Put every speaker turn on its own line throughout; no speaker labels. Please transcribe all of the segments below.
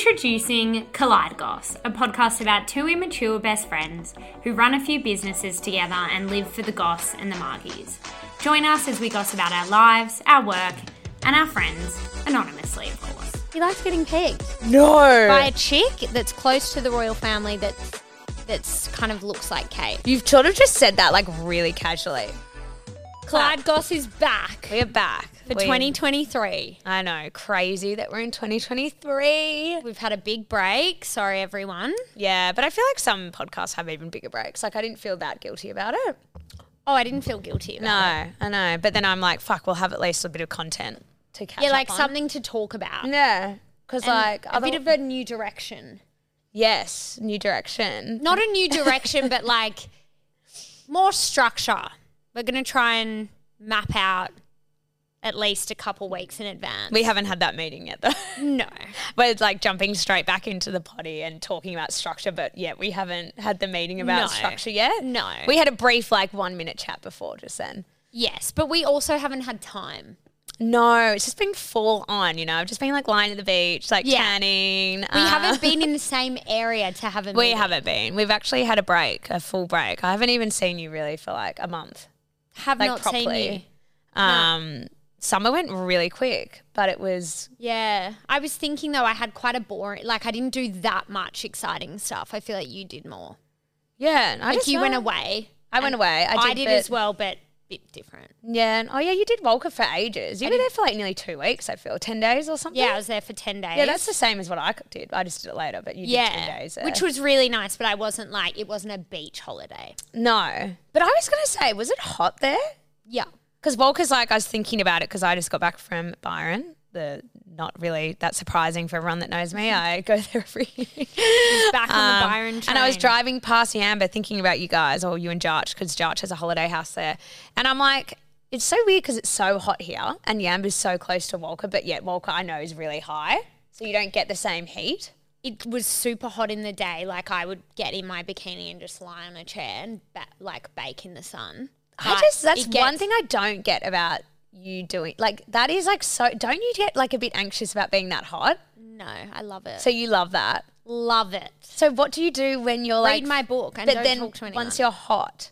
Introducing Collide Goss, a podcast about two immature best friends who run a few businesses together and live for the goss and the margies. Join us as we goss about our lives, our work, and our friends, anonymously, of course.
He likes getting pegged
No.
by a chick that's close to the royal family that that's kind of looks like Kate.
You've sort of just said that like really casually.
Clyde Goss is back
We are back
for
We-
2023.
I know, crazy that we're in 2023.
We've had a big break. Sorry, everyone.
Yeah, but I feel like some podcasts have even bigger breaks. Like I didn't feel that guilty about it.
Oh, I didn't feel guilty.
No,
About it.
I know. But then I'm like, fuck, we'll have at least a bit of content to catch
Yeah,
up
like
on.
something to talk about.
Yeah, because like
a bit of a new direction.
yes, new direction.
Not a new direction, but like more structure. We're going to try and map out at least a couple weeks in advance.
We haven't had that meeting yet though.
no.
We're like jumping straight back into the potty and talking about structure, but yeah, we haven't had the meeting about
No.
structure yet.
No.
We had a brief like one minute chat before just then.
Yes, but we also haven't had time.
No, it's just been full on, you know. I've just been like lying at the beach, like
Yeah.
tanning. Uh,
We haven't been in the same area to have a
Ah. We
meeting.
haven't been. We've actually had a break, a full break. I haven't even seen you really for like a month.
have
like,
not
properly.
seen you.
Um, Summer went really quick, but it was
Yeah, I was thinking though I had quite a boring. Like I didn't do that much exciting stuff. I feel like you did more.
yeah. I
Like
just
you went
know-
away.
I
and
went away. I did,
I did
but-
as well, but bit different.
Yeah. and- Oh yeah, you did Walker for ages. You were there for like nearly two weeks. I feel ten days or something.
Yeah, I was there for ten days.
Yeah, that's the same as what I did. I just did it later, but you did
yeah,
ten days.
which was really nice. But I wasn't like it wasn't a beach holiday.
no. But I was gonna say, was it hot there?
Yeah,
Because Walker's like, I was thinking about it because I just got back from Byron. The not really that surprising for everyone that knows me. I go there every year. Um,
back on the Byron train.
And I was driving past Yamba thinking about you guys or you and Jarch because Jarch has a holiday house there. And I'm like, it's so weird because it's so hot here and Yamba's so close to Walker, but yet Walker I know is really high. So you don't get the same heat.
It was super hot in the day. Like I would get in my bikini and just lie on a chair and ba- like bake in the sun.
I
But
just that's
it
one
gets-
thing I don't get about you doing like that is like so don't you get like a bit anxious about being that hot?
No, I love it.
So you love that.
love it.
So what do you do when you're like
read my book and
but
don't
then
talk to anyone.
once you're hot?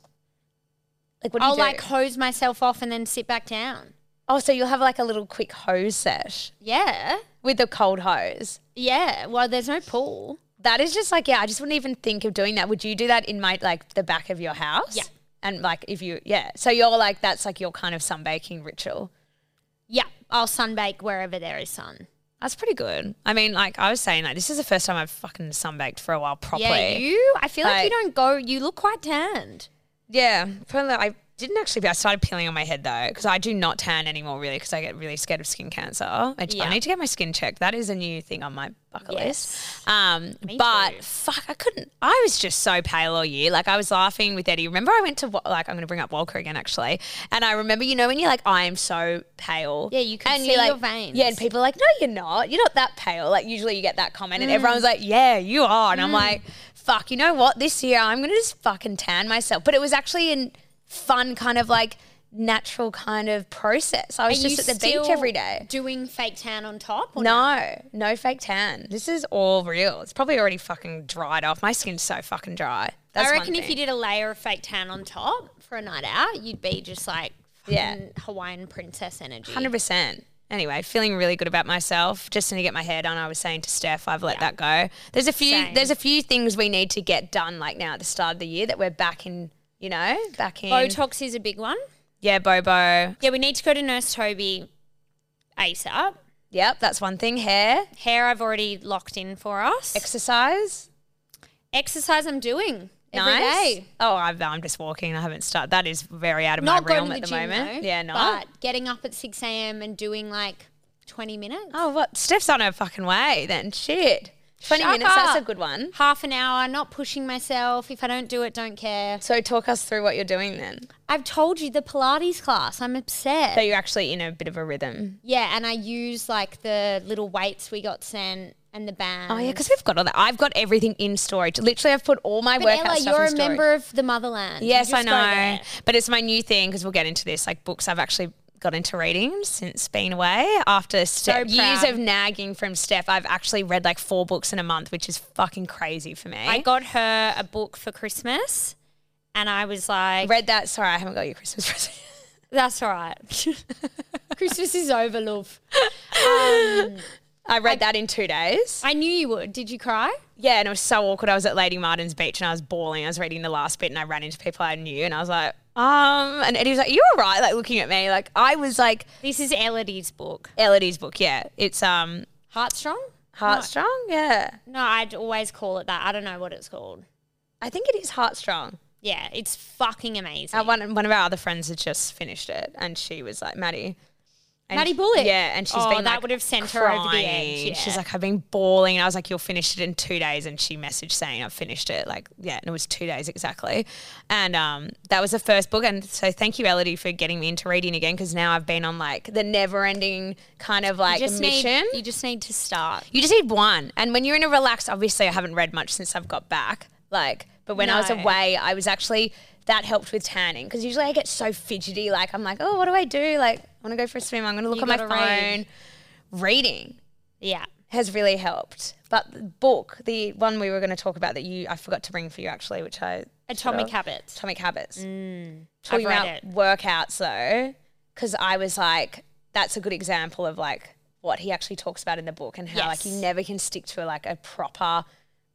Like what do you
I'll
do?
like hose myself off and then sit back down.
oh, so you'll have like a little quick hose set
Yeah.
with the cold hose.
Yeah. Well, there's no pool.
That is just like yeah, I just wouldn't even think of doing that. Would you do that in my like the back of your house?
Yeah.
And like if you yeah, so you're like that's like your kind of sunbaking ritual.
Yeah. I'll sunbake wherever there is sun.
That's pretty good. I mean, like I was saying, like this is the first time I've fucking sunbaked for a while properly.
Yeah. You, I feel like, you don't
Like-
go, you look quite tanned.
Yeah, probably. I didn't actually. I started peeling on my head though, because I do not tan anymore, really, because I get really scared of skin cancer. Which
Yeah.
I need to get my skin checked. That is a new thing on my bucket
Yes.
list. Um, but
too.
fuck, I couldn't. I was just so pale all year. Like I was laughing with Eddie. Remember, I went to Wa- like I'm going to bring up Walker again actually, and I remember you know when you're like I am so pale.
Yeah, you can
and
see
you're like-
your veins.
Yeah, and people are like, no, you're not. You're not that pale. Like usually you get that comment,
Mm.
and everyone's like, yeah, you are. And I'm like, fuck, you know what? This year I'm gonna just fucking tan myself. But it was actually a fun kind of like natural kind of process. I was
Are you
just at the
still
beach every day.
Doing fake tan on top? Or
No, no fake tan. This is all real. It's probably already fucking dried off. My skin's so fucking dry. That's
I
one
reckon if
thing.
you did a layer of fake tan on top for a night out, you'd be just like
Yeah.
fucking Hawaiian princess energy.
Hundred percent. Anyway, feeling really good about myself. Just need to get my hair done. I was saying to Steph, I've let that go. There's a few.
Same.
There's a few things we need to get done, like now at the start of the year, that we're back in. You know, back in.
Botox is a big one.
Yeah, Bobo.
Yeah, we need to go to Nurse Toby ASAP.
Yep, that's one thing. Hair,
Hair, I've already locked in for us.
exercise.
Exercise, I'm doing every day.
nice. Oh, I've, I'm just walking. I haven't started. That is very out of
Not
my
going
realm
to the
at the
gym,
moment.
though,
yeah, not.
But getting up at six a.m. and doing like twenty minutes,
oh, what? Steph's on her fucking way then. Shit. Twenty
Shut
minutes. That's a
up.
good one.
half an hour, not pushing myself. If I don't do it, don't care.
So talk us through what you're doing then.
I've told you the Pilates class. I'm upset.
So you're actually in a bit of a rhythm.
yeah, and I use like the little weights we got sent and the band.
Oh yeah, because we've got all that. I've got everything in storage. Literally, I've put all my
But
workout
Ella,
stuff
you're
in
a
storage.
member of the motherland. You
yes, I
just go
know,
there.
but it's my new thing because we'll get into this. Like books, I've actually got into reading since being away. After Steph, years
proud.
of nagging from Steph, I've actually read like four books in a month, which is fucking crazy for me.
I
I
got her a book for Christmas, and I was like,
read that. Sorry, I haven't got your Christmas present.
"That's all right. Christmas is over, love."
I read that in two days.
I knew you would. Did you cry?
Yeah, and it was so awkward. I was at Lady Martin's beach and I was bawling. I was reading the last bit and I ran into people I knew and I was like, um, and Eddie was like, you all right? Like looking at me, like I was like
This is Elodie's book,
Elodie's book. Yeah, it's um
Heartstrong.
Heartstrong. Yeah,
No, I'd always call it that. I don't know what it's called.
I think it is Heartstrong.
Yeah, it's fucking amazing.
Uh, one one of our other friends had just finished it and she was like, Maddie. And
Maddie Bullock?
Yeah, and she's
Oh,
been
that
like,
would have sent her over the edge,
crying. She's
yeah.
like, I've been bawling. And I was like, You'll finish it in two days. And she messaged saying, I've finished it. Like, yeah, and it was two days exactly. And um, that was the first book. And so thank you, Elodie, for getting me into reading again because now I've been on like the never ending kind of like
just
mission.
need, you just need to start.
You just need one. And when you're in a relaxed, obviously, I haven't read much since I've got back. Like, but when I was
No.
away, I was actually that helped with tanning because usually I get so fidgety. Like, I'm like, oh, what do I do? Like, I want to go for a swim. I'm going to look
You
at my
gotta
phone.
read.
Reading
Yeah.
has really helped. But the book, the one we were going to talk about that you, I forgot to bring for you actually, which I
Atomic Habits.
Habits. Atomic Habits. Talking
I've Mm. read
about
it.
workouts though, because I was like, that's a good example of like what he actually talks about in the book and how like you
Yes.
never can stick to like a proper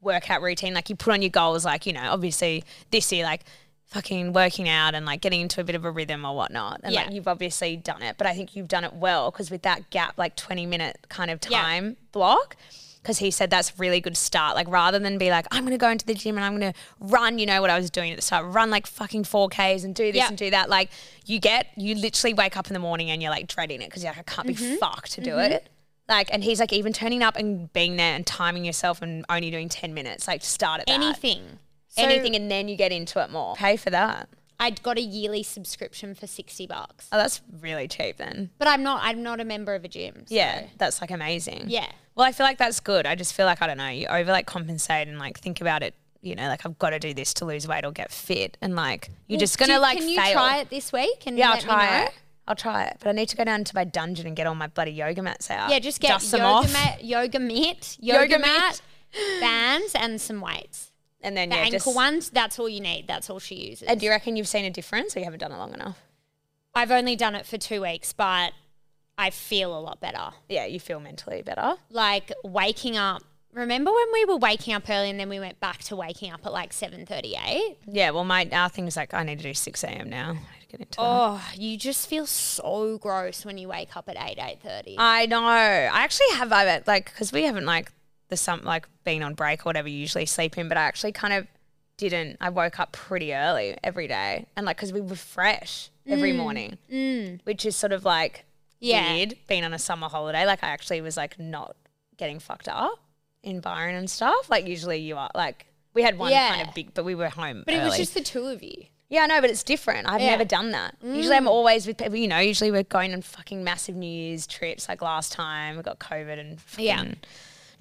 workout routine. Like you put on your goals, like you know, obviously this year, like fucking working out and like getting into a bit of a rhythm or whatnot. And like
Yeah.
you've obviously done it, but I think you've done it well because with that gap, like twenty minute kind of
Yeah.
time block. Because he said that's a really good start. Like rather than be like, I'm gonna go into the gym and I'm gonna run, you know what I was doing at the start, run like fucking four Ks and do this
Yeah.
and do that. Like you get, you literally wake up in the morning and you're like dreading it because you're like, I can't
Mm-hmm.
be fucked to do it. Like, and he's like even turning up and being there and timing yourself and only doing ten minutes. Like start at that.
Anything. So
anything, and then you get into it more. Pay for that.
I'd got a yearly subscription for sixty bucks,
Oh, that's really cheap then.
but I'm not. I'm not a member of a gym. so-
Yeah, that's like amazing.
Yeah.
Well, I feel like that's good. I just feel like I don't know. You over like compensate and like think about it. You know, like I've got to do this to lose weight or get fit, and like you're just gonna
Do-
like
Can
fail.
you try it this week? And
Yeah, I'll
let me know?
try it. I'll try it, but I need to go down to my dungeon and get all my bloody yoga mats out.
Yeah, just get
dust them
yoga
off,
mat, yoga mitt, yoga,
Yoga
mat, bands, and some weights.
and then
The
yeah,
ankle
just.
ones. That's all you need. That's all she uses.
And do you reckon you've seen a difference, or you haven't done it long enough?
I've only done it for two weeks, but I feel a lot better.
Yeah, you feel mentally better.
Like waking up. Remember when we were waking up early and then we went back to waking up at like seven thirty-eight?
Yeah. Well, my our thing is like I need to do six a.m. now. I need to get into. that.
Oh, you just feel so gross when you wake up at eight eight thirty.
I know. I actually have I like because we haven't like the some like been on break or whatever you usually sleep in, but I actually kind of didn't. I woke up pretty early every day, and like because we were fresh every morning, which is sort of
Mm.
like
Yeah.
weird being on a summer holiday. Like I actually was like not getting fucked up in Byron and stuff. Like usually you are like. We had one
Yeah.
kind of big, but we were home.
But it was
early.
just the two of you.
Yeah, I know, but it's different. I've
Yeah. Mm.
never done that. Usually I'm always with people, you know, usually we're going on fucking massive New Year's trips like last time. We got COVID and fucking
Yeah.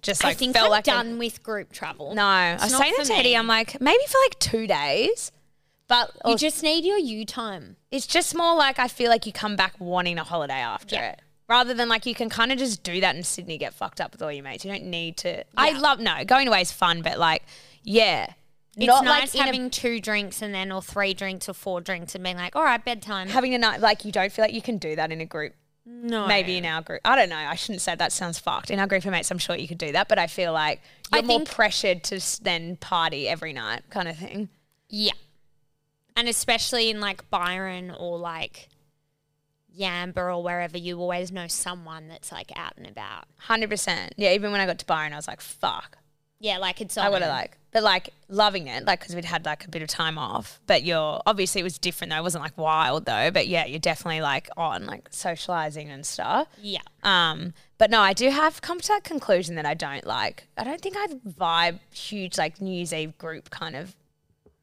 just like
I think
felt
I'm
like a-
done with group travel.
no, I was
not
saying
for
that to Eddie,
me.
I'm like, maybe for like two days. But
You
also-
just need your you time.
it's just more like I feel like you come back wanting a holiday after
Yeah.
it. Rather than like you can kind of just do that in Sydney, get fucked up with all your mates. You don't need to. I love no going away is fun, but like yeah,
It's
not
nice
like in a-
having two drinks and then or three drinks or four drinks and being like, all right, bedtime.
having a night like you don't feel like you can do that in a group
No,
maybe in our group. I don't know. I shouldn't say that sounds fucked. In our group of mates, I'm sure you could do that, but I feel like
I
you're more
think-
pressured to s- then party every night, kind of thing.
yeah, and especially in like Byron or like Yamba or wherever, you always know someone that's like out and about.
Hundred percent. Yeah. Even when I got to Byron, I was like, "Fuck."
Yeah, like it's.
I would have
on.
like, but like loving it, like because we'd had like a bit of time off. But you're obviously it was different though. It wasn't like wild though. But yeah, you're definitely like on like socializing and stuff.
Yeah,
Um, but no, I do have come to that conclusion that I don't like. I don't think I vibe huge like New Year's Eve group kind of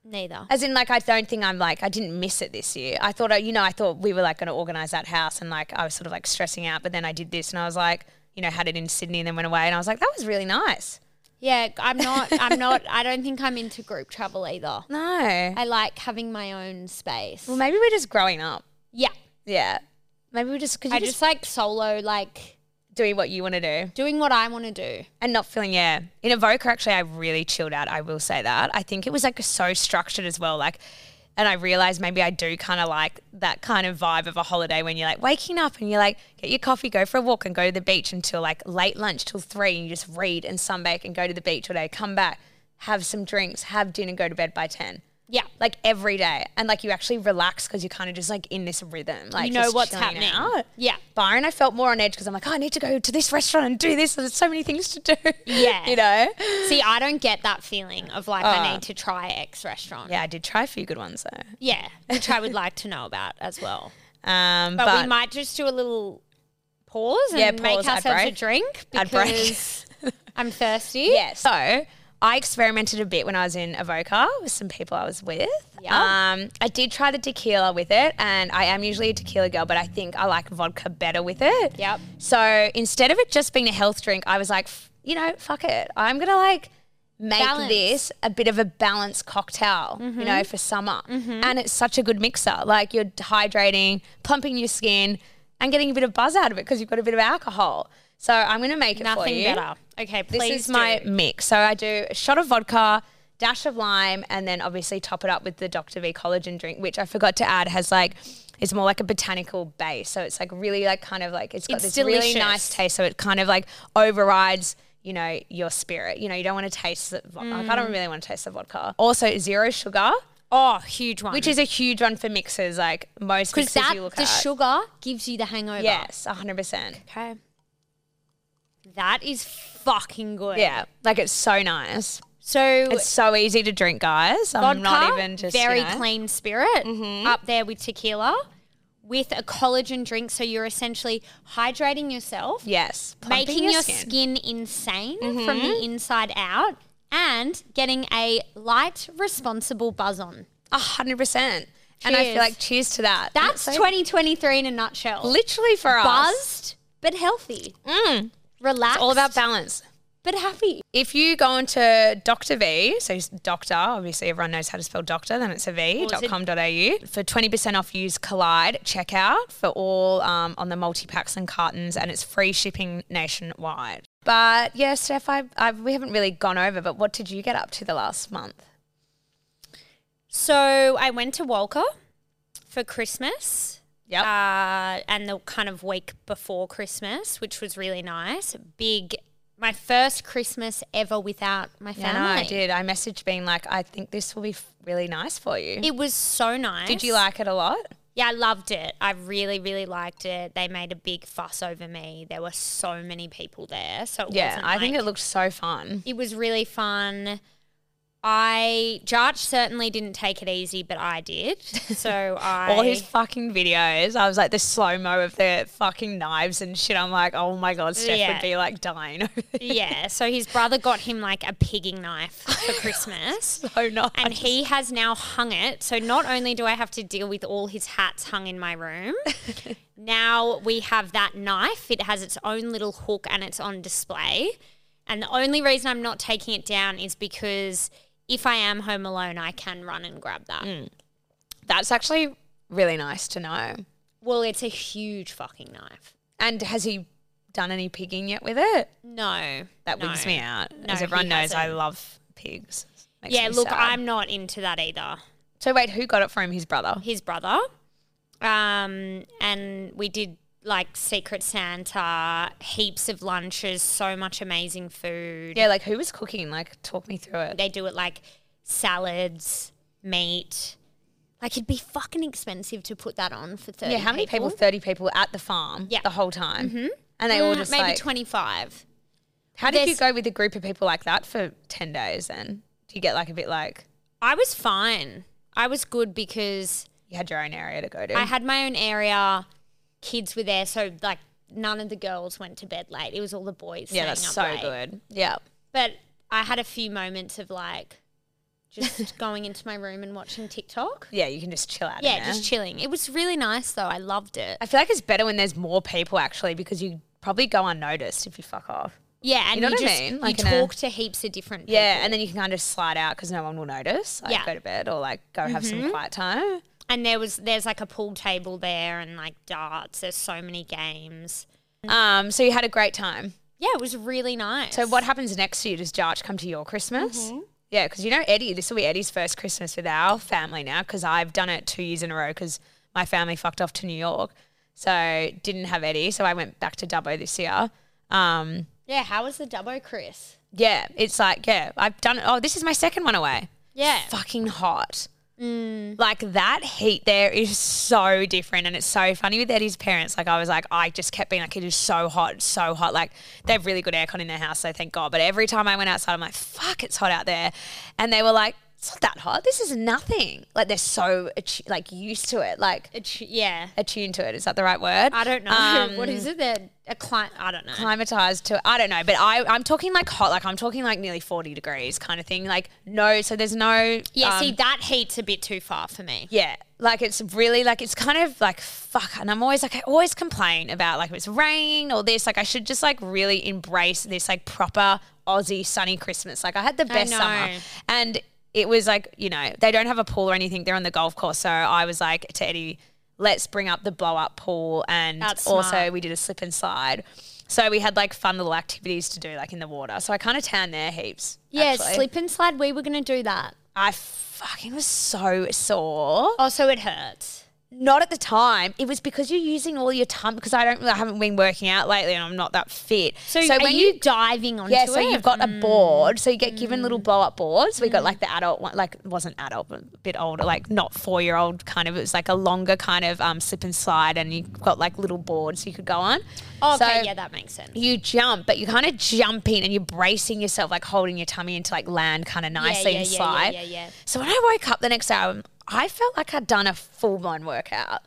neither.
As in, like, I don't think I'm like, I didn't miss it this year. I thought, I- you know, I thought we were like going to organize that house and like I was sort of like stressing out, but then I did this and I was like, you know, had it in Sydney and then went away and I was like, that was really nice.
Yeah, I'm not. I'm not. I don't think I'm into group travel either.
No.
I like having my own space.
well, maybe we're just growing up.
Yeah,
Yeah. Maybe we just could you
I
just,
just like solo, like
doing what you want to do
doing what I want to do.
and not feeling yeah. In Evoker, actually, I really chilled out. I will say that. I think it was like so structured as well. Like, and I realized maybe I do kind of like that kind of vibe of a holiday when you're like waking up and you're like get your coffee, go for a walk, and go to the beach until like late lunch till three, and you just read and sunbake and go to the beach all day. Come back, have some drinks, have dinner, go to bed by ten.
Yeah.
like every day and like you actually relax because you're kind of just like in this rhythm like
You know
just
what's
chilling
happening.
out.
Yeah.
byron i felt more on edge because i'm like oh, i need to go to this restaurant and do this there's so many things to do
Yeah.
you know
See, I don't get that feeling of like I need to try X restaurant.
Uh. yeah i did try a few good ones though
Yeah, which I would like to know about as well.
um
But, we might just do a little pause and
Yeah,
make
pause, ad
ourselves a
break.
drink
Ad break.
because I'm thirsty.
Yeah. So I experimented a bit when I was in Avoca with some people I was with.
Yeah.
Um, I did try the tequila with it, and I am usually a tequila girl, but I think I like vodka better with it.
Yep.
So instead of it just being a health drink, I was like, "F- you know, fuck it. I'm gonna like make
Balance. Mm-hmm.
this a bit of a balanced cocktail, you know, for summer. And it's such a good mixer. Like you're hydrating, pumping your skin, and getting a bit of buzz out of it because you've got a bit of alcohol. So I'm gonna make it for
Nothing
you.
better. Okay, please.
This is my
do.
mix. So I do a shot of vodka, dash of lime, and then obviously top it up with the Dr. V collagen drink, which I forgot to add has like it's more like a botanical base. So it's like really like kind of like it's got
It's
this
delicious.
really nice taste. So it kind of like overrides you know your spirit. You know you don't want to taste. The, vo- like,
Mm.
I don't really want to taste the vodka. Also zero sugar,
Oh, huge one.
which is a huge one for mixers. Like most
because
mixers
that
you look
the
at.
sugar gives you the hangover.
yes, hundred percent.
Okay. That is fucking good.
Yeah, like it's so nice.
So
It's so easy to drink, guys.
vodka,
I'm not even just you
very
know. Mm-hmm.
clean spirit, up there with tequila, with a collagen drink. So you're essentially hydrating yourself,
Yes, pumping Mm-hmm.
making your, skin, insane from the inside out, and getting a light, responsible buzz on.
a hundred percent. And I
Cheers.
feel like cheers to that.
That's
so
2023 in a nutshell.
literally for us.
Buzzed but healthy, relaxed,
Mm. All about balance.
but happy.
If you go into Dr. V, so it's doctor, obviously everyone knows how to spell doctor, then it's a V,
Well, is it-
.com.au. For 20% off, use Collide checkout for all um, on the multi-packs and cartons, and it's free shipping nationwide. But yeah, Steph, I, I, we haven't really gone over, but what did you get up to the last month?
So I went to Walker for Christmas.
Yep.
Uh, and the kind of week before Christmas, which was really nice. Big, my first Christmas ever without my
Yeah,
family.
no, I did. I messaged being like, I think this will be f- really nice for you.
It was so nice.
Did you like it a lot?
Yeah, I loved it. I really, really liked it. They made a big fuss over me. There were so many people there, so it
Yeah,
wasn't
I think
like-
it looked so fun.
it was really fun. I Jarch certainly didn't take it easy, but I did. So I
All his fucking videos. I was like the slow mo of the fucking knives and shit. I'm like, oh my god, Steph
Yeah.
would be like dying over this.
yeah. So his brother got him like a pigging knife for Christmas.
So nice.
And he has now hung it. So not only do I have to deal with all his hats hung in my room, now we have that knife. It has its own little hook and it's on display. And the only reason I'm not taking it down is because if I am home alone, I can run and grab that.
Mm. That's actually really nice to know.
Well, it's a huge fucking knife.
And has he done any pigging yet with it?
No.
That
no.
wigs me out.
No,
As everyone
he
knows, I
hasn't.
love pigs. Makes
Yeah,
me
look,
sad.
I'm not into that either.
So wait, who got it from his brother?
his brother. Um, and we did like Secret Santa, heaps of lunches, so much amazing food.
Yeah, like who was cooking? Like, talk me through it.
They do it like salads, meat. Like it'd be fucking expensive to put that on for 30
Yeah, how many people? 30 people at the farm
Yeah.
the whole time. Mm-hmm. And they all
Mm,
just
Maybe
like,
25.
how did you
there's-
go with a group of people like that for 10 days then? Do you get like a bit like,
I was fine. I was good because
you had your own area to go to?
I had my own area. Kids were there, so like none of the girls went to bed late. It was all the boys.
yeah,
staying
that's
up
so
late.
good. Yeah.
But I had a few moments of like just going into my room and watching TikTok.
Yeah, you can just chill out. in
Yeah,
there.
just chilling. It was really nice though. I loved it.
I feel like it's better when there's more people actually because you probably go unnoticed if you fuck off.
Yeah, and you,
know what I
just
mean? Like
you
in a-
talk to heaps of different people.
Yeah, and then you can kind of slide out because no one will notice. Like
Yeah. Mm-hmm.
go to bed or like go have some quiet time.
and there was there's like a pool table there and like darts. There's so many games.
Um, so you had a great time.
Yeah, it was really nice.
So what happens next to you? Does Jarch come to your Christmas? Yeah, because you know Eddie. This will be Eddie's first Christmas with our family now because I've done it two years in a row because my family fucked off to New York, so didn't have Eddie. So I went back to Dubbo this year. Um,
Yeah, how was the Dubbo, Chris?
yeah, it's like yeah, I've done. Oh, this is my second one away.
Yeah,
Fucking hot.
Mm.
Like that heat there is so different, and it's so funny with Eddie's parents. Like I was like, I just kept being like, it is so hot, it's so hot. Like they have really good aircon in their house, so thank God. But every time I went outside, I'm like, fuck, it's hot out there, and they were like, it's not that hot. This is nothing. Like they're so attu- like used to it, like
It's, yeah.
attuned to it. Is that the right word?
I don't know
Um,
what is it. That a client? I don't know.
acclimatized to I don't know, but I I'm talking like hot, like I'm talking like nearly 40 degrees kind of thing. Like no, so there's no
yeah,
um,
see, that heat's a bit too far for me.
yeah, like it's really like it's kind of like fuck, and I'm always like I always complain about like if it's rain or this, like I should just like really embrace this like proper Aussie sunny Christmas. Like I had the best summer,
know.
and it was like you know they don't have a pool or anything; they're on the golf course. So I was like to Eddie, let's bring up the blow up pool, and
That's
also
smart.
we did a slip and slide. So we had like fun little activities to do like in the water. So I kind of tan there heaps.
Yeah,
actually.
slip and slide. We were gonna do that.
I fucking was so sore.
Also, it hurts.
not at the time. It was because you're using all your time because I don't I haven't been working out lately and I'm not that fit.
So, are you, diving onto
yeah,
it? Mm.
so you've got a board. So you get given little blow up boards. We got like the adult one, like wasn't adult, but a bit older, like not four year old kind of. It was like a longer kind of um, slip and slide, and you got like little boards you could go on.
Oh, okay,
So-
yeah, that makes sense.
you jump, but you're kind of jumping and you're bracing yourself, like holding your tummy into like land kind of nicely
yeah,
and
yeah, yeah,
slide.
yeah, yeah.
So when I woke up the next hour, I felt like I'd done a full blown workout.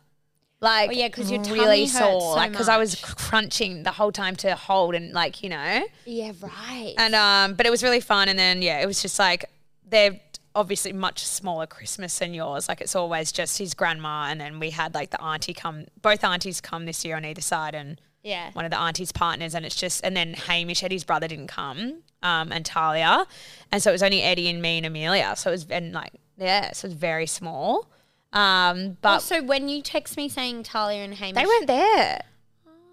Like,
Oh, yeah, 'cause your tummy
really
hurts
sore,
so
like because I was crunching the whole time to hold and like you know,
Yeah, right.
and um, but it was really fun. And then yeah, it was just like they're obviously much smaller Christmas than yours. Like it's always just his grandma, and then we had like the auntie come, both aunties come this year on either side, and
yeah.
one of the auntie's partners, and it's just and then Hamish Eddie's brother didn't come, um, and Talia, and so it was only Eddie and me and Amelia. So it was and like yeah, so it was very small, um, but
Also, when you text me saying Talia and Hamish,
they weren't there.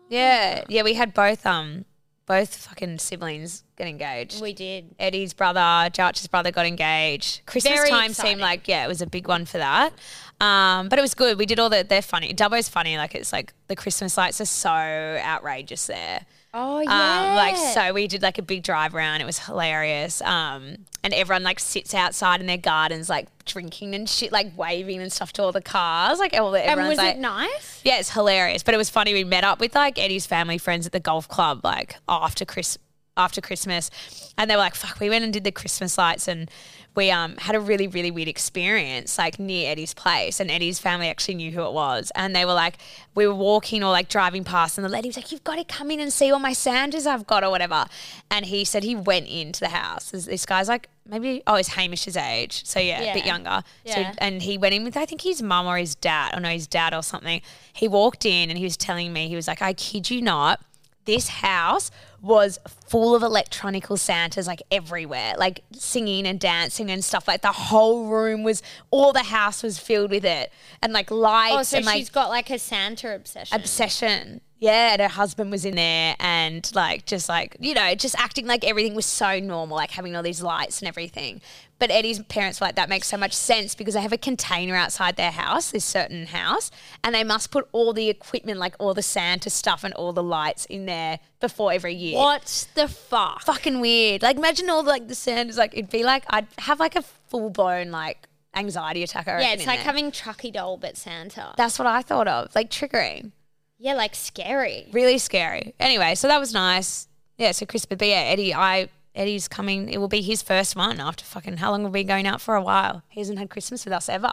Yeah,
Oh.
yeah, we had both um both fucking siblings get engaged.
we did.
Eddie's brother, Jarch's brother got engaged. Christmas
Very
time
exciting.
seemed like yeah, it was a big one for that. Um, but it was good. We did all the they're funny. Dubbo's funny. Like it's like the Christmas lights are so outrageous there.
Oh
Um, like so, we did like a big drive around. It was hilarious. Um, and everyone like sits outside in their gardens, like drinking and shit, like waving and stuff to all the cars. Like all the
and
everyone's
was
like,
it nice?
yeah, it's hilarious. But it was funny. We met up with like Eddie's family friends at the golf club, like after Chris after Christmas, and they were like, "Fuck!" We went and did the Christmas lights, and we um had a really really weird experience like near Eddie's place, and Eddie's family actually knew who it was, and they were like, we were walking or like driving past, and the lady was like, "You've got to come in and see all my sanders I've got or whatever," and he said he went into the house. This- This guy's like. Maybe oh, he's Hamish's age, so yeah, a bit
Yeah.
younger.
Yeah.
So and he went in with I think his mum or his dad, or no, his dad or something. He walked in and he was telling me he was like, I kid you not, this house was full of electronical Santas like everywhere, like singing and dancing and stuff. Like the whole room was, all the house was filled with it, and like lights
Oh, so
and like
she's got like a Santa obsession.
obsession. Yeah, and her husband was in there and like just like, you know, just acting like everything was so normal, like having all these lights and everything. But Eddie's parents were like, that makes so much sense because they have a container outside their house, this certain house, and they must put all the equipment, like all the Santa stuff and all the lights in there before every year
what the fuck?
fucking weird. Like imagine all the, like the sand is like it'd be like I'd have like a full blown like anxiety attack. I
Yeah,
reckon,
it's
in
like
there.
having Chucky doll but Santa.
that's what I thought of. Like triggering,
yeah, like scary.
really scary. Anyway, so that was nice. Yeah, so Chris, but yeah, Eddie, I Eddie's coming. It will be his first one after fucking how long have we been going out for a while? He hasn't had Christmas with us ever.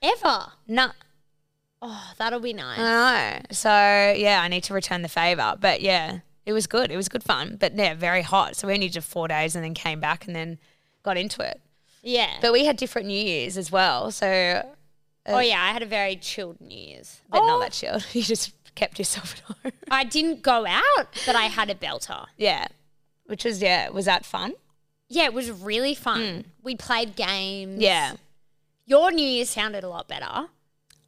Ever.
Nah.
Oh, that'll be nice.
Uh, I know. So yeah, I need to return the favor. But yeah, it was good. It was good fun. But yeah, very hot. So we only did four days and then came back and then got into it.
yeah.
But we had different New Year's as well, so but
oh yeah, I had a very chilled New Year's.
not that chilled. You just kept yourself at home.
I didn't go out, but I had a belter.
yeah, which was yeah, was that fun?
Yeah, it was really fun. We played games.
Mm. Yeah,
Your New Year sounded a lot better.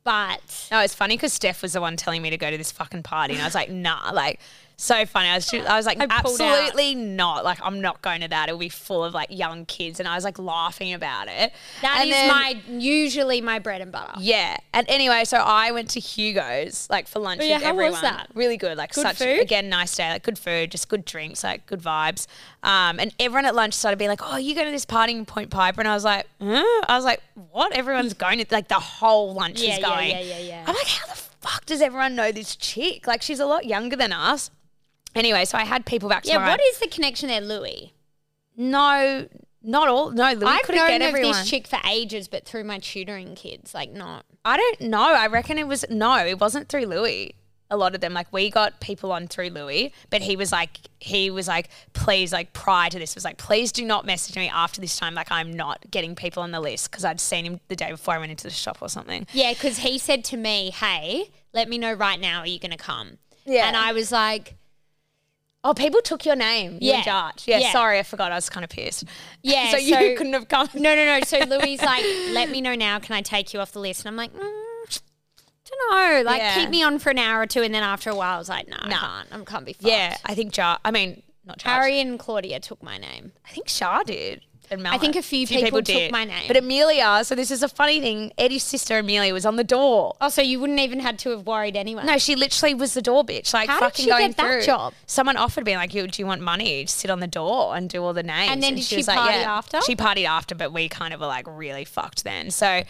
But
No, it's funny because Steph was the one telling me to go to this fucking party, and I was like, nah, like so funny. I was, just, I was like,
I pulled out.
absolutely not. Like, I'm not going to that. It'll be full of like young kids, and I was like laughing about it.
that
And
is
then-
my usually my bread and butter.
Yeah. And anyway, so I went to Hugo's like for lunch
Oh, yeah,
with
how was
everyone.
that?
Really good. Like
Good
such
food?
again, nice day, like good food, just good drinks, like good vibes. Um, and everyone at lunch started being like, Oh, you go to this party in Point Piper and I was like, huh? I was like, What? Everyone's going to like the whole lunch
Mm. Yeah,
is
yeah,
going.
yeah, yeah, yeah.
I'm like, how the fuck does everyone know this chick? Like she's a lot younger than us. Anyway, so I had people back to
Yeah,
my
what is the connection there, Louis?
no not all no Louis
I've
couldn't get
known of
everyone.
this chick for ages, but through my tutoring kids, like not.
I don't know. I reckon it was no, it wasn't through Louis. A lot of them, like we got people on through Louis, but he was like, he was like, please, like prior to this, was like, please do not message me after this time. Like I'm not getting people on the list because I'd seen him the day before I went into the shop or something.
Yeah, because he said to me, "Hey, let me know right now. Are you going to come?"
Yeah.
and I was like,
Oh, people took your name.
Yeah.
Yeah, Judge. Yeah,
Yeah.
sorry, I forgot. I was kind of pissed.
Yeah,
so you
so-
couldn't have come.
"No, no, no." So Louis like, "Let me know now. Can I take you off the list?" And I'm like, mm, "Don't know. Like,
Yeah.
keep me on for an hour or two, and then after a while, I was like, "No, I
Nah.
can't. I can't be." Fucked.
Yeah, I think Jar. I mean, not Jar.
Harry and Claudia took my name.
I think Shah did. And Mel.
I think a few people took my name.
But Amelia, so this is a funny thing. Eddie's sister Amelia was on the door.
Oh, so you wouldn't even had to have worried anyway.
No, she literally was the door bitch. Like
How did
fucking
she
going
get that
through.
job?
Someone offered me like, "You- "Do you want money? Just sit on the door and do all the names."
And then did she
was
party after?
She partied after, but we kind of were like really fucked then. So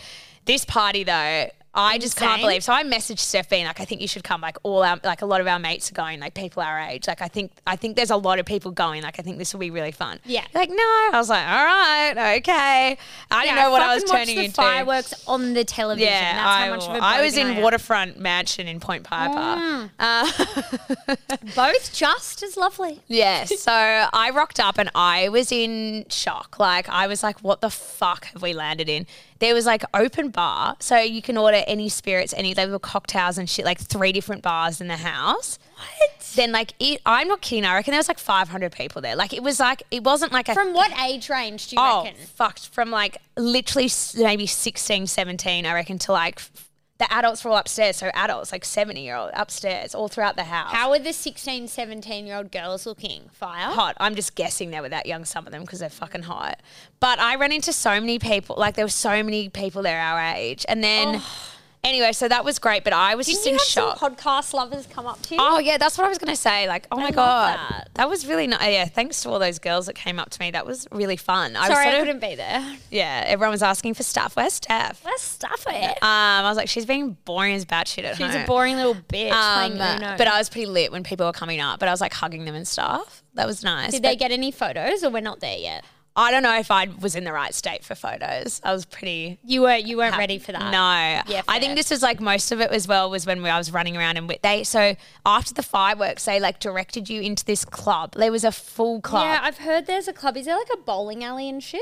this party though. I just can't
Insane.
believe. So I messaged Steph being like, I think you should come. Like all our, like a lot of our mates are going. Like people our age. Like I think, I think there's a lot of people going. Like I think this will be really fun.
Yeah.
Like no, I was like, all right, okay. I didn't
Yeah,
know what I was
fucking watched
turning
the
into.
Fireworks on the television.
Yeah,
That's
I,
how much of a
will. I
bloke
was
I
in
am. Ah.
Waterfront Mansion in Point Piper. Uh,
Both just as lovely.
Yeah, so I rocked up and I was in shock. Like I was like, "What the fuck have we landed in?" There was like open bar, so you can order any spirits, any they were cocktails and shit. Like three different bars in the house. What? Then like it, I'm not kidding. I reckon there was like 500 people there. Like it was like it wasn't like a
From what age range do you
oh
reckon?
fucked from like literally s- maybe 16, 17, I reckon to like. f- The adults were all upstairs, so adults like seventy year old upstairs, all throughout the house.
How are the 16, 17 year old girls looking? Fire?
hot. I'm just guessing they were that young, some of them, because they're fucking hot. But I ran into so many people. Like, there were so many people there our age. And then, anyway, so that was great. But I was
Didn't
just
you
in
have
shock.
some podcast lovers come up to you?
Oh yeah, that's what I was gonna say. Like, oh my god,
that.
that. was really nice. Yeah, thanks to all those girls that came up to me. That was really fun. I
Sorry,
was
I
sort of,
couldn't be there.
yeah, everyone was asking for stuff. Where's Steph? Um,
Let's stuff it.
I was like, she's being boring as batshit at home.
She's a boring little bitch.
Um,
playing Uno.
but I was pretty lit when people were coming up. But I was like hugging them and stuff. That was nice.
Did
But-
they get any photos or we're not there yet?
I don't know if I was in the right state for photos. I was pretty.
You were you weren't ready for that.
No,
Yeah,
I
fair.
think this was like most of it as well was when we, I was running around and we- they so after the fireworks they like directed you into this club. There was a full club.
Yeah, I've heard there's a club. Is there like a bowling alley and shit?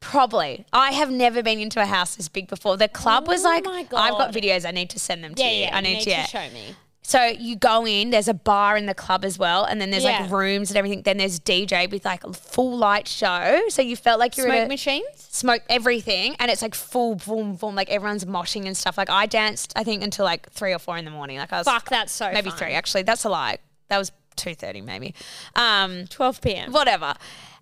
Probably. I have never been into a house this big before. The club was
Oh
like
my
I've got
God.
videos. I need to send them to
Yeah,
you.
yeah.
I
you
need, to, yeah.
show me.
So you go in, there's a bar in the club as well, and then there's
Yeah.
like rooms and everything. Then there's DJ with like a full light show. So you felt like you were in
Smoke
a-
machines?
smoke everything and it's like full boom boom like everyone's moshing and stuff like i danced i think until like three or four in the morning like i was
Fuck, that's so
maybe
fun.
three actually that's a lie that was 2.30 maybe um
12 p.m.
whatever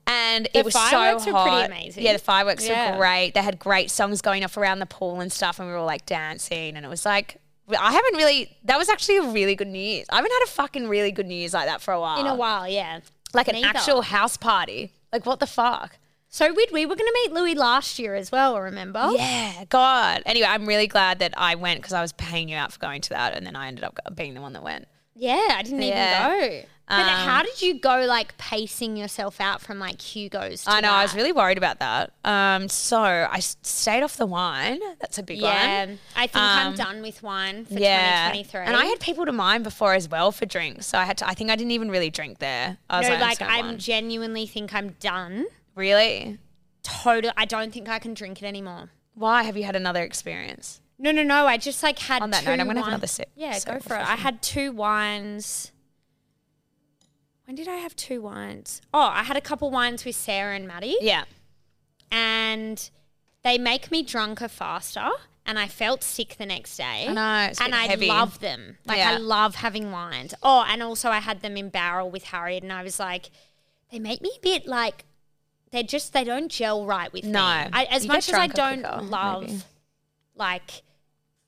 and it was
fireworks
so
were
hot.
pretty amazing.
Yeah, the fireworks
Yeah.
were great. They had great songs going off around the pool and stuff, and we were all like dancing. And it was like, I haven't really. That was actually a really good news. I haven't had a fucking really good news like that for a while.
In a while, yeah.
like an
Neither.
actual house party. Like what the fuck?
So we'd, we were going to meet Louis last year as well, remember?
Yeah, God. Anyway, I'm really glad that I went because I was paying you out for going to that, and then I ended up go- being the one that went.
Yeah, I didn't
Yeah. Um,
even go. But how did you go like pacing yourself out from like Hugo's? To
I know. I was
that?
really worried about that. Um, so I s- stayed off the wine. That's a big
Yeah,
one.
I think I'm
Um,
done with wine for
Yeah,
2023.
and I had people to mine before as well for drinks, so I had to. I think I didn't even really drink there. I was
no,
like, I'm, just
like
gonna
I
wine.
genuinely think I'm done.
really.
Total. I don't think I can drink it anymore.
Why have you had another experience?
No, no, no. I just like had
On that
two
note, I'm gonna have
wine-
another sip.
Yeah,
So
go for it. I had two wines. When did I have two wines? Oh, I had a couple wines with Sarah and Maddie.
Yeah,
and they make me drunker faster. and I felt sick the next day.
I know, it's a
and
bit
I
heavy.
love them. Like I
Yeah.
love having lines. Oh, and also I had them in barrel with Harriet, and I was like, they make me a bit like they're just they don't gel right with me.
No.
I, as
You get
much as I
drunker
don't
quicker,
love
maybe.
like.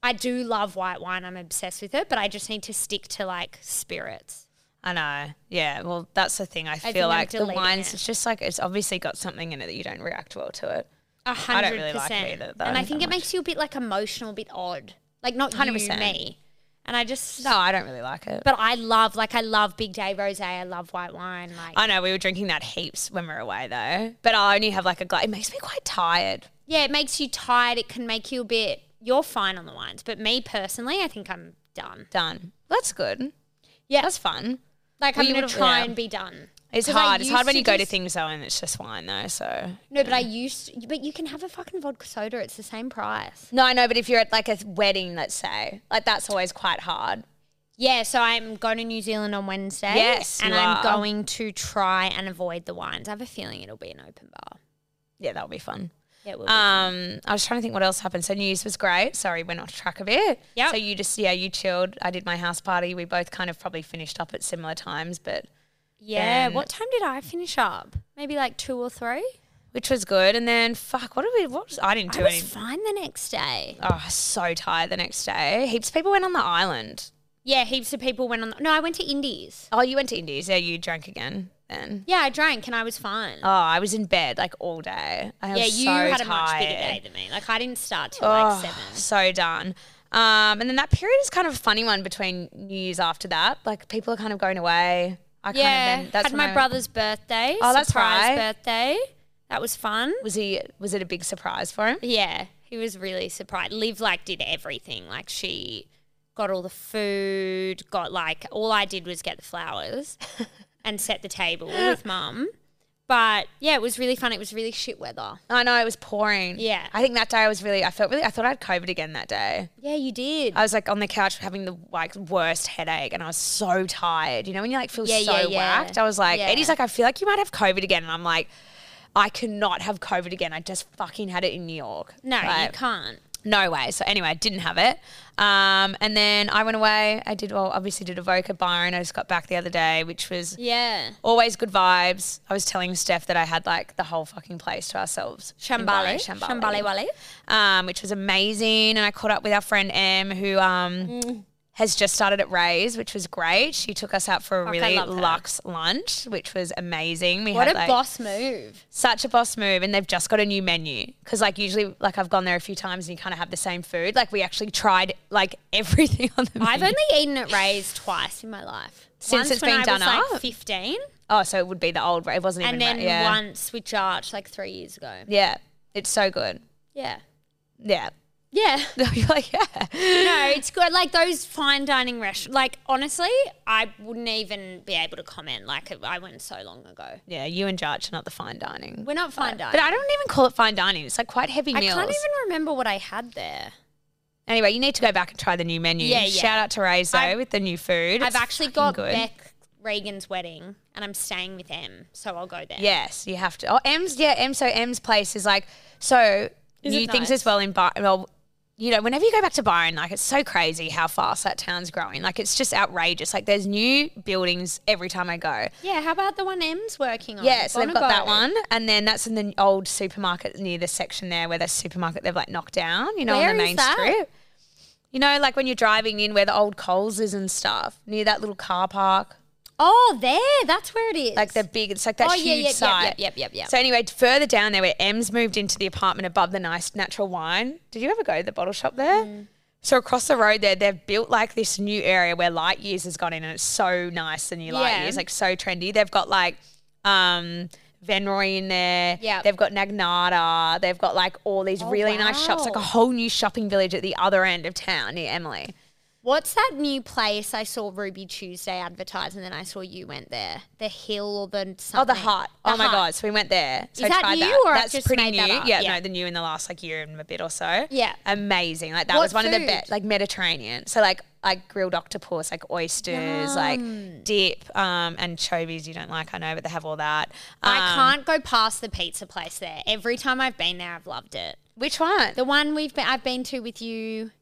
I do love white wine. I'm obsessed with it, but I just need to stick to like spirits.
I know. Yeah. Well, that's the thing. I feel
think I'm
like the
deleting
wines,
it.
it's just like it's obviously got something in it that you don't react well to it.
A
I
hundred
don't really like it
percent.
either, though,
And I
that
think it
much.
makes you a bit like emotional, a bit odd. Like not 100 you,
100%.
me. And I just
No, I don't really like it.
But I love, like, I love Big Day Rosé. I love white wine. Like,
I know we were drinking that heaps when we were away though. But I only have like a glass. It makes me quite tired.
yeah, it makes you tired. It can make you a bit. You're fine on the wines, but me personally, I think I'm done.
Done. That's good.
Yeah,
That's fun.
like
you
I'm gonna
would've-
try
yeah.
and be done.
It's
'Cause I
hard. It's hard
used
when you go to
just-
things though, and it's just wine though. So
No, but I used, to, but you can have a fucking vodka soda. It's the same price.
no, I know. But if you're at like a wedding, let's say, like that's always quite hard.
Yeah, so I'm going to New Zealand on Wednesday.
Yes,
and
you
I'm
are.
going to try and avoid the wines. I have a feeling it'll be an open bar.
Yeah, that'll be fun.
Yeah, it will. be.
Um, I was trying to think what else happened. So news was great. Sorry, we're not track of it.
Yep.
So you just yeah, you chilled. I did my house party. We both kind of probably finished up at similar times, but
yeah.
then-
What time did I finish up? Maybe like two or three.
which was good. And then fuck, what did we? What was I didn't
I
do
was
anything.
fine the next day.
Oh, so tired the next day. Heaps of people went on the island.
Yeah, heaps of people went on. The, no, I went to Indies.
Oh, you went to Indies. Yeah, you drank again then.
Yeah, I drank and I was fine.
Oh, I was in bed like all day. I was
yeah, you
so
had a much bigger
tired.
day than me. Like I didn't start till
Oh,
like seven.
So done. Um, and then that period is kind of a funny one between New Year's after that. Like people are kind of going away.
Yeah,
I kind of then, that's
had
when
my
I-
brother's birthday.
Oh, that's
surprise
right.
birthday. That was fun.
Was he? Was it a big surprise for him?
Yeah, he was really surprised. Liv like did everything. Like she got all the food. Got like all I did was get the flowers and set the table with mum. But yeah, it was really fun. It was really shit weather.
I know it was pouring.
Yeah.
I think that day I was really. I felt really. I thought I had COVID again that day.
Yeah, you did.
I was like on the couch having the like worst headache, and I was so tired. You know when you like feel
Yeah,
so
yeah, yeah.
whacked. I was like,
Yeah.
Eddie's like, I feel like you might have COVID again, and I'm like, I cannot have COVID again. I just fucking had it in New York.
no,
Like,
you can't.
No way. So anyway, I didn't have it. Um, and then I went away. I did well, obviously did a Voca Byron. I just got back the other day, which was
Yeah.
always good vibes. I was telling Steph that I had like the whole fucking place to ourselves. in Byron,
Shambale. Shambale Wale.
um, which was amazing. And I caught up with our friend Em, who um,
Mm.
has just started at Ray's, which was great. She took us out for a
I
really
love her.
luxe lunch, which was amazing. We
What
had
a
like,
boss move.
such a boss move, and they've just got a new menu because like usually like I've gone there a few times and you kind of have the same food. Like we actually tried like everything on the menu.
I've only eaten at Ray's twice in my life.
Since
once
it's
when
been
I
done
was like
up?
15,
oh, so it would be the old Ray. It wasn't even
and then
Ray. Yeah.
once with Arch like three years ago.
Yeah, it's so good.
Yeah.
Yeah.
Yeah.
You're like yeah.
No, it's good. Like those fine dining restaurants. Like honestly, I wouldn't even be able to comment. Like I went so long ago.
Yeah, you and Jarch are not the fine dining.
We're not fine dining.
But I don't even call it fine dining. It's like quite heavy
I
meals.
can't even remember what I had there.
Anyway, you need to go back and try the new menu.
Yeah, yeah.
Shout out to Ray's though
I've-
with the new food. It's
I've actually
fucking
got
good.
Beck Reagan's wedding, and I'm staying with Em, so I'll go there.
Yes, you have to. Oh, M's. Yeah, M. So M's place is like so new
it
things
nice?
as well in Byron. Well, you know, whenever you go back to Byron, like it's so crazy how fast that town's growing. Like it's just outrageous. Like there's new buildings every time I go.
Yeah. How about the one Em's working on?
Yeah, so they've got that
Bonago.
one, and then that's in the old supermarket near the section there where the supermarket they've like knocked down. You know,
Where
on
is
the main
that?
strip. You know, like when you're driving in where the old Coles is and stuff near that little car park,
Oh, there. That's where it is.
like the big. It's like that
oh,
huge
yeah, yeah,
site.
Yep, yep, yep, yep.
So anyway, further down there where M's moved into the apartment above the nice natural wine. Did you ever go to the bottle shop there?
Mm.
So across the road there, they've built like this new area where light years has gone in and it's so nice the new light
Yeah.
years, like so trendy. They've got like um Venroy in there.
Yep. Oh,
They've got Nagnata. They've got like all these really nice shops, like a
wow.
whole new shopping village at the other end of town near Emily.
What's that new place I saw Ruby Tuesday advertise, and then I saw you went there? The hill or the something?
Oh, the heart.
The
oh my
Hut.
god. So we went there. So
Is that
tried
new
that.
or I've
that's
just
pretty
made
new?
that up?
Yeah,
Yeah.
no, the new in the last like year and a bit or so.
Yeah.
Amazing. Like that
What
was one of the
food?
best like Mediterranean. So like like grilled octopus, like oysters, like dip, um, and chovies you don't like, I know, but they have all that. Um,
I can't go past the pizza place there. Every time I've been there, I've loved it.
Which one?
The one we've been, I've been to with you.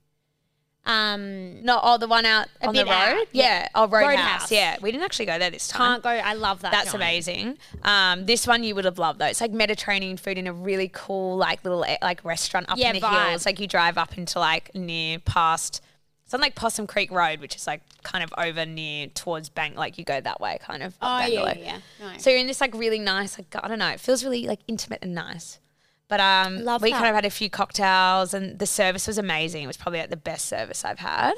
Um,
Not oh, the one out on the
bit
road.
out,
yeah. Oh, Roadhouse.
Roadhouse.
Yeah, we didn't actually go there this
can't
time.
go. I love that.
That's
joint.
amazing. Um, this one you would have loved though. It's like Mediterranean food in a really cool like little eh, like restaurant up
Yeah,
in the
vibe.
hills. Like you drive up into like near past. It's on like Possum Creek Road, which is like kind of over near towards Bank. Like you go that way, kind of. up
Oh yeah,
Bendigo.
yeah, yeah. No.
So you're in this like really nice, like I don't know, it feels really like intimate and nice. But um,
Love
we kind
that.
of had a few cocktails, and the service was amazing. It was probably like the best service I've had.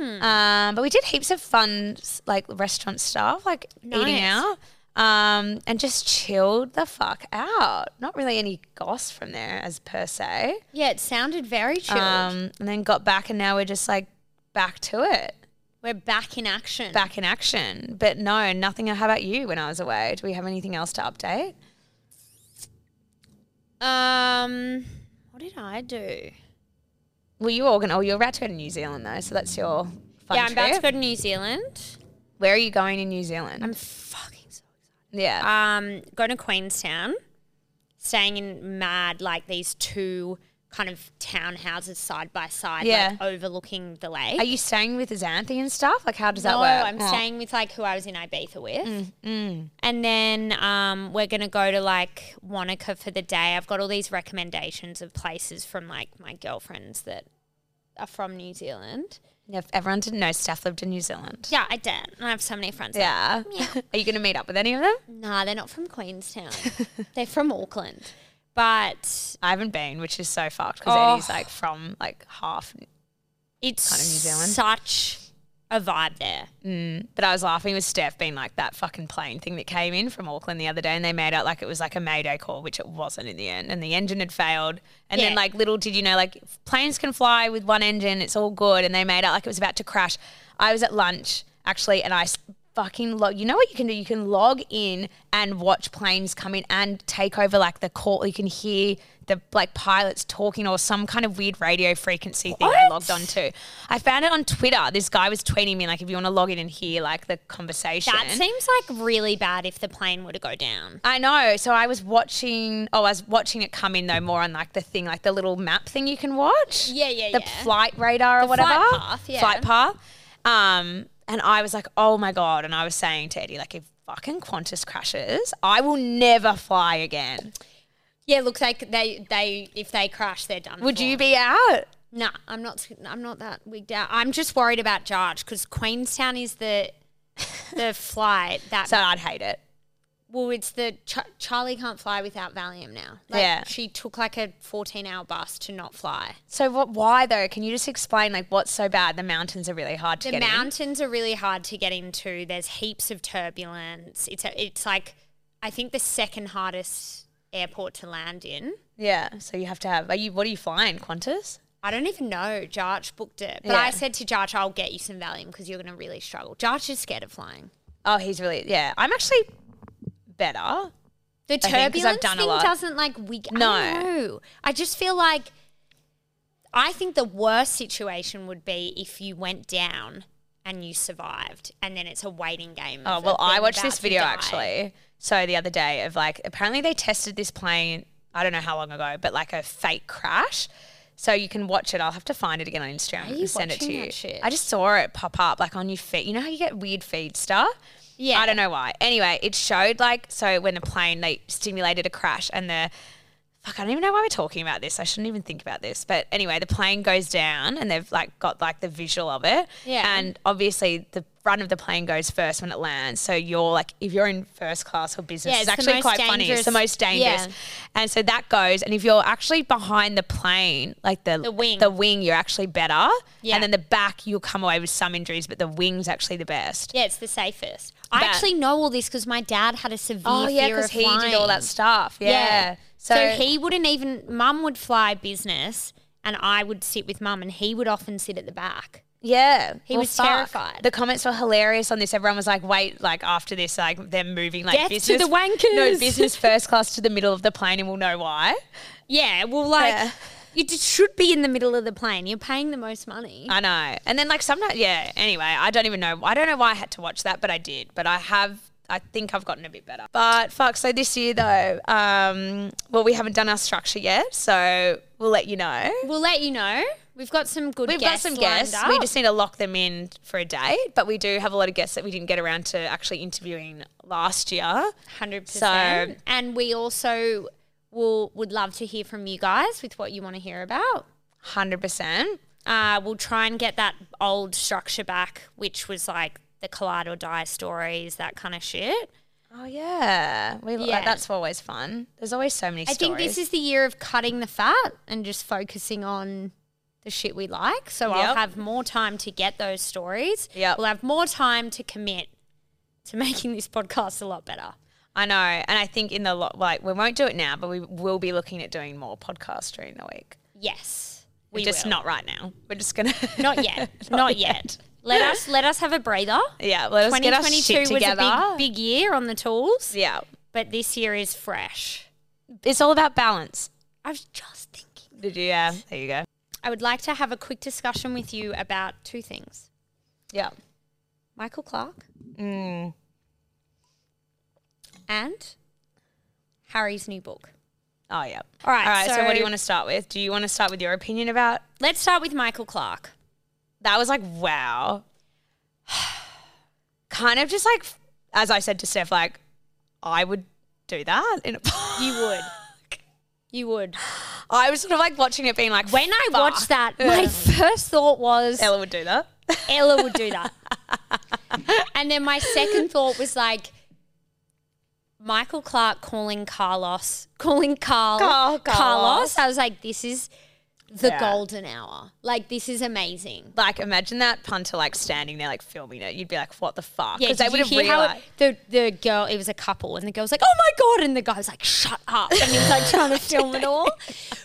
Mm.
Um, but we did heaps of fun s- like restaurant stuff, like eating
Nice.
out, um, and just chilled the fuck out. Not really any goss from there as per se.
yeah, it sounded very chilled.
Um, and then got back, and now we're just like back to it,
We're back in action.
back in action. But no, nothing. How about you? When I was away, do we have anything else to update?
Um, what did I do?
Well, you all going. Oh, you're about to go to New Zealand though, so that's your fun
yeah, I'm about to
trip.
go to New Zealand.
Where are you going in New Zealand?
I'm fucking so
yeah,
um, going to Queenstown, staying in mad like these two kind of townhouses side by side,
Yeah.
like overlooking the lake.
are you staying with Xanthi and stuff? Like, how does that
no,
work?
I'm
Oh. Mm,
staying with like who I was in Ibiza with, and then um, we're gonna go to like Wanaka for the day. I've got all these recommendations of places from like my girlfriends that are from New Zealand.
Yeah, If everyone didn't know, Steph lived in New Zealand.
Yeah, I did. And I have so many friends. Yeah.
Yeah. are you going to meet up with any of them?
Nah, they're not from Queenstown. they're from Auckland. But
I haven't been, which is so fucked because
Oh.
Eddie's like from like half.
it's
Kind of New Zealand.
such a vibe there.
But I was laughing with Steph being like that fucking plane thing that came in from Auckland the other day, and they made out like it was like a mayday call, which it wasn't in the end, and the engine had failed. And then
Yeah.
like little did you know, like planes can fly with one engine, it's all good, and they made out like it was about to crash. I was at lunch actually, and I s- fucking log. You know what you can do? You can log in and watch planes come in and take over like the call. You can hear the like pilots talking or some kind of weird radio frequency thing. I
What?
logged on to. I found it on Twitter. This guy was tweeting me like, if you want to log in and hear like the conversation.
That seems like really bad if the plane were to go down.
I know. So I was watching. Oh, I was watching it come in though, more on like the thing, like the little map thing you can watch.
Yeah, yeah,
the
yeah.
flight radar or
The flight
whatever.
path, yeah.
Flight path. Um, and I was like, oh my god. And I was saying to Eddie, like, if fucking Qantas crashes, I will never fly again.
Yeah, look, they they they if they crash, they're done.
Would you be out?
Nah, I'm not. I'm not that wigged out. I'm just worried about Jarge because Queenstown is the the flight that
So I'd hate it.
well, it's the Ch- Charlie can't fly without Valium now. Like,
Yeah.
she took like a 14 hour bus to not fly.
So what? Why though? Can you just explain like what's so bad? The mountains are really hard to
The
get in.
mountains are really hard to get into. There's heaps of turbulence. It's a, it's like I think the second hardest airport to land in.
Yeah. So you have to have. Are you? What are you flying? Qantas.
I don't even know. Jarch booked it, but
Yeah.
I said to Jarch, "I'll get you some Valium because you're going to really struggle." Jarch is scared of flying.
Oh, he's really. Yeah. I'm actually better. Oh,
The
think, 'cause
turbulence
I've done a
thing
lot.
doesn't like wig. No, I,
No.
don't know. I just feel like I think the worst situation would be if you went down and you survived, and then it's a waiting game.
Oh
of
well,
it
I
being
watched
about
this
to
video
die.
actually. So the other day of like apparently they tested this plane. I don't know how long ago, but like a fake crash. So you can watch it. I'll have to find it again on Instagram
you
and send it to
watching
you.
that shit?
I just saw it pop up like on your feed. You know how you get weird feed stuff.
Yeah.
I don't know why. Anyway, it showed like so when a plane they stimulated a crash and the fuck, I don't even know why we're talking about this. I shouldn't even think about this. But anyway, the plane goes down and they've like got like the visual of it.
Yeah.
And obviously the front of the plane goes first when it lands. So you're like if you're in first class or business,
Yeah,
it's,
it's the
actually
most
quite funny. It's the
dangerous-
most dangerous.
yeah.
And so that goes and if you're actually behind the plane, like the
The wing.
the wing, you're actually better.
Yeah.
And then the back you'll come away with some injuries, but the wing's actually the best.
Yeah, it's the safest. I
But-
actually know all this because my dad had a severe
Oh yeah,
fear
because
of
he
flying.
did all that stuff. Yeah.
So, he wouldn't even. Mum would fly business, and I would sit with mum, and he would often sit at the back.
Yeah.
He was terrified.
The comments were hilarious on this. Everyone was like, wait, like after this, like they're moving like
Death to
business.
the wankers.
No, business first class to the middle of the plane and we'll know why.
Yeah, well, like
Yeah.
you just should be in the middle of the plane. You're paying the most money.
I know. And then like sometimes, yeah, anyway, I don't even know. I don't know why I had to watch that, but I did. But I have, I think I've gotten a bit better. But fuck, so this year though, um, well, we haven't done our structure yet, so we'll let you know.
We'll let you know. We've got some good.
We've
guests
got some
lined
guests.
Up.
We just need to lock them in for a date, but we do have a lot of guests that we didn't get around to actually interviewing last year.
hundred percent. And we also will would love to hear from you guys with what you want to hear about.
Hundred percent.
Uh, we'll try and get that old structure back, which was like the collide or die stories, that kind of shit.
Oh yeah, we
Yeah.
yeah. that's always fun. There's always so many.
I think this is the year of cutting the fat and just focusing on the shit we like. So I'll
Yep.
have more time to get those stories.
Yep.
We'll have more time to commit to making this podcast a lot better.
I know, and I think in the lo- like we won't do it now, but we will be looking at doing more podcasts during the week.
Yes.
We
We
just
will.
not right now. We're just gonna
not yet. not, yet. Let us let us have a breather.
yeah. Let us get our
2022
shit
was
together.
a big, big year on the tools,
yeah,
but this year is fresh.
it's all about balance.
I was just thinking.
Did you? Yeah. There you go.
I would like to have a quick discussion with you about two things.
Yeah.
Michael Clark
Mm.
and Harry's new book.
Oh yeah.
All right,
All right. So, what do
so-
you want to start with? Do you want to start with your opinion about?
Let's start with Michael Clark.
That was like wow. kind of just like as I said to Steph, like I would do that in a.
You would. You would.
I was sort of like watching it, being like,
When I
"Fuck,
watched that, my first thought was
Ella would do that.
Ella would do that. and then my second thought was like Michael Clark calling Carlos, calling Carl,
Carl,
Carlos.
Carlos.
I was like, this is the
Yeah.
golden hour. Like, this is amazing.
Like, imagine that punter like standing there, like filming it. You'd be like, "What the fuck?"
Yeah,
Because
did
they would
you
have
hear how
realized.
it, the the girl? It was a couple, and the girl's like, "Oh my god!" and the guy's like, "Shut up!" and he was like trying to film it all.